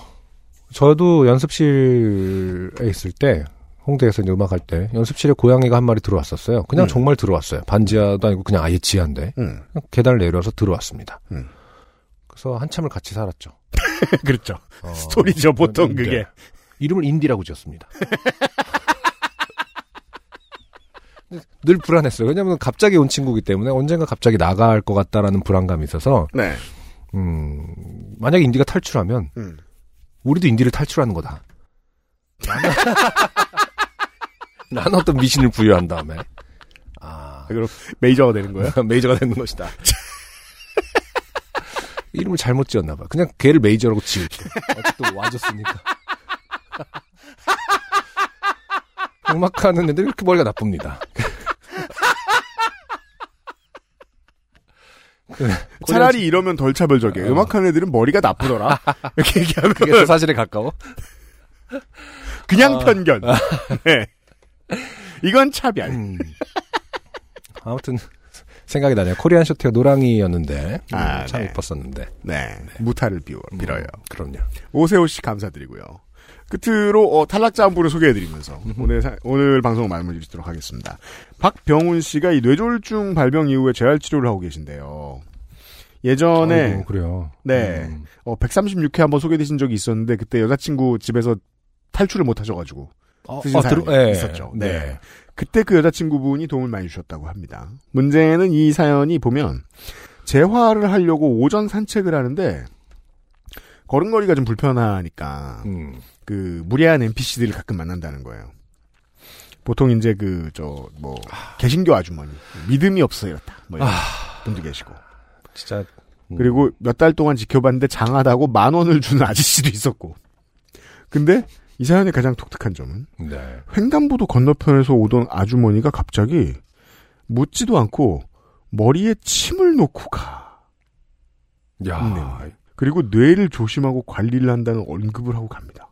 저도 연습실에 있을 때 홍대에서 이제 음악 할 때 연습실에 고양이가 한 마리 들어왔었어요. 그냥 음. 정말 들어왔어요. 반지하도 아니고 그냥 아예 지하인데 음. 그냥 계단을 내려서 들어왔습니다. 음. 그래서 한참을 같이 살았죠. 그렇죠. 어, 스토리죠, 보통 네. 그게. 이름을 인디라고 지었습니다. 근데 늘 불안했어요. 왜냐하면 갑자기 온 친구기 때문에 언젠가 갑자기 나갈 것 같다라는 불안감이 있어서 네. 음, 만약에 인디가 탈출하면 음. 우리도 인디를 탈출하는 거다. 나는 어떤 미신을 부여한 다음에 아 그럼 메이저가 되는 거예요? 메이저가 되는 것이다. 이름을 잘못 지었나 봐. 그냥 걔를 메이저라고 지울게. 어쨌든 와줬으니까. 음악하는 애들 이렇게 머리가 나쁩니다. 그, 차라리 이러면 덜 차별적이에요. 음악하는 애들은 머리가 나쁘더라. 이렇게 얘기하면 어. 그게 더 사실에 가까워. 그냥 아. 편견. 네. 이건 차별. 음. 아무튼 생각이 나네요. 코리안 쇼트가 노랑이였는데 음, 아, 참 네. 이뻤었는데. 네. 무타를 비워, 음, 빌어요. 그럼요. 오세호 씨 감사드리고요. 끝으로 어, 탈락자 한 분을 소개해드리면서 오늘 사- 오늘 방송 마무리 짓도록 하겠습니다. 박병훈 씨가 이 뇌졸중 발병 이후에 재활 치료를 하고 계신데요. 예전에 아이고, 그래요. 어, 네. 음, 어, 136회 한번 소개되신 적이 있었는데 그때 여자친구 집에서 탈출을 못 하셔가지고 어, 쓰신 사연이 있었죠. 네. 그때 그 여자친구분이 도움을 많이 주셨다고 합니다. 문제는 이 사연이 보면 재화를 하려고 오전 산책을 하는데 걸음걸이가 좀 불편하니까 음, 그 무례한 NPC들을 가끔 만난다는 거예요. 보통 이제 그 저 뭐 개신교 아주머니 믿음이 없어 이렇다 뭐 이런 분도 계시고 진짜. 음, 그리고 몇 달 동안 지켜봤는데 장하다고 만 원을 주는 아저씨도 있었고 근데 이 사연의 가장 독특한 점은 네. 횡단보도 건너편에서 오던 아주머니가 갑자기 묻지도 않고 머리에 침을 놓고 가. 야, 네. 그리고 뇌를 조심하고 관리를 한다는 언급을 하고 갑니다.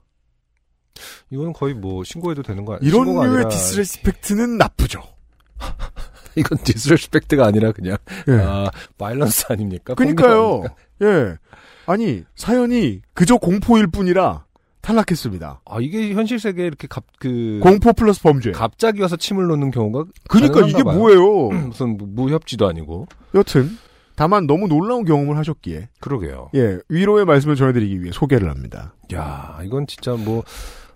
이건 거의 뭐 신고해도 되는 거 아니에요? 이런 류의 디스레스펙트는 나쁘죠. 이건 디스레스펙트가 아니라 그냥 예. 아, 바일런스 아닙니까? 그러니까요. 예. 아니 사연이 그저 공포일 뿐이라 탈락했습니다. 아 이게 현실 세계에 이렇게 갑 그 공포 플러스 범죄. 갑자기 와서 침을 놓는 경우가 그니까 이게 가능한가 봐요. 음. 뭐예요? 무슨 무협지도 아니고 여튼 다만 너무 놀라운 경험을 하셨기에 그러게요. 예 위로의 말씀을 전해드리기 위해 소개를 합니다. 야 이건 진짜 뭐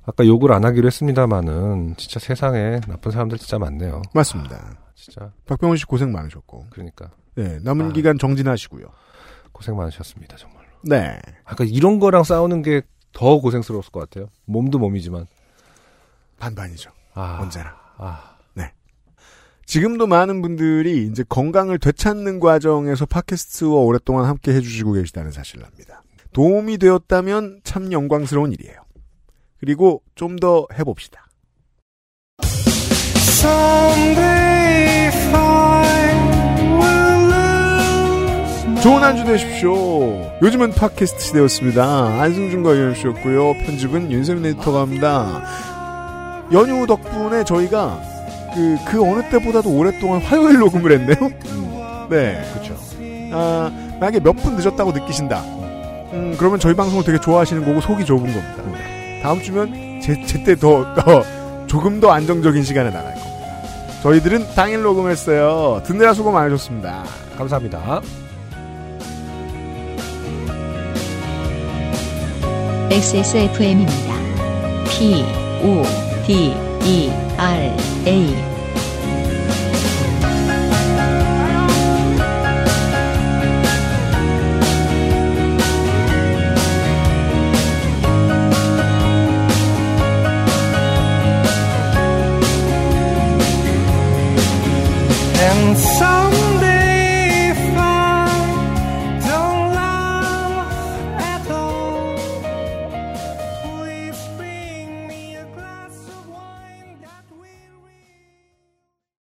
아까 욕을 안 하기로 했습니다마는 진짜 세상에 나쁜 사람들 진짜 많네요. 맞습니다. 진짜 박병훈 씨 고생 많으셨고 그러니까 예 남은 아. 기간 정진하시고요. 고생 많으셨습니다 정말로. 네 아까 이런 거랑 싸우는 게 더 고생스러웠을 것 같아요. 몸도 몸이지만 반반이죠 아, 언제나. 네. 아 지금도 많은 분들이 이제 건강을 되찾는 과정에서 팟캐스트와 오랫동안 함께 해주시고 계시다는 사실을 압니다. 도움이 되었다면 참 영광스러운 일이에요. 그리고 좀 더 해봅시다. 좋은 한 주 되십시오. 요즘은 팟캐스트 시대였습니다. 안승준과 유현씨였고요. 편집은 윤세민 에디터가 합니다. 연휴 덕분에 저희가 그, 그 어느 때보다도 오랫동안 화요일 녹음을 했네요. 네. 그렇죠. 아, 만약에 몇 분 늦었다고 느끼신다. 음, 그러면 저희 방송을 되게 좋아하시는 거고 속이 좁은 겁니다. 다음 주면 제, 제때 더, 더, 조금 더 안정적인 시간에 나갈 겁니다. 저희들은 당일 녹음했어요. 듣느라 수고 많으셨습니다. 네. 감사합니다. XSFM입니다. P, O, D, E, R, A.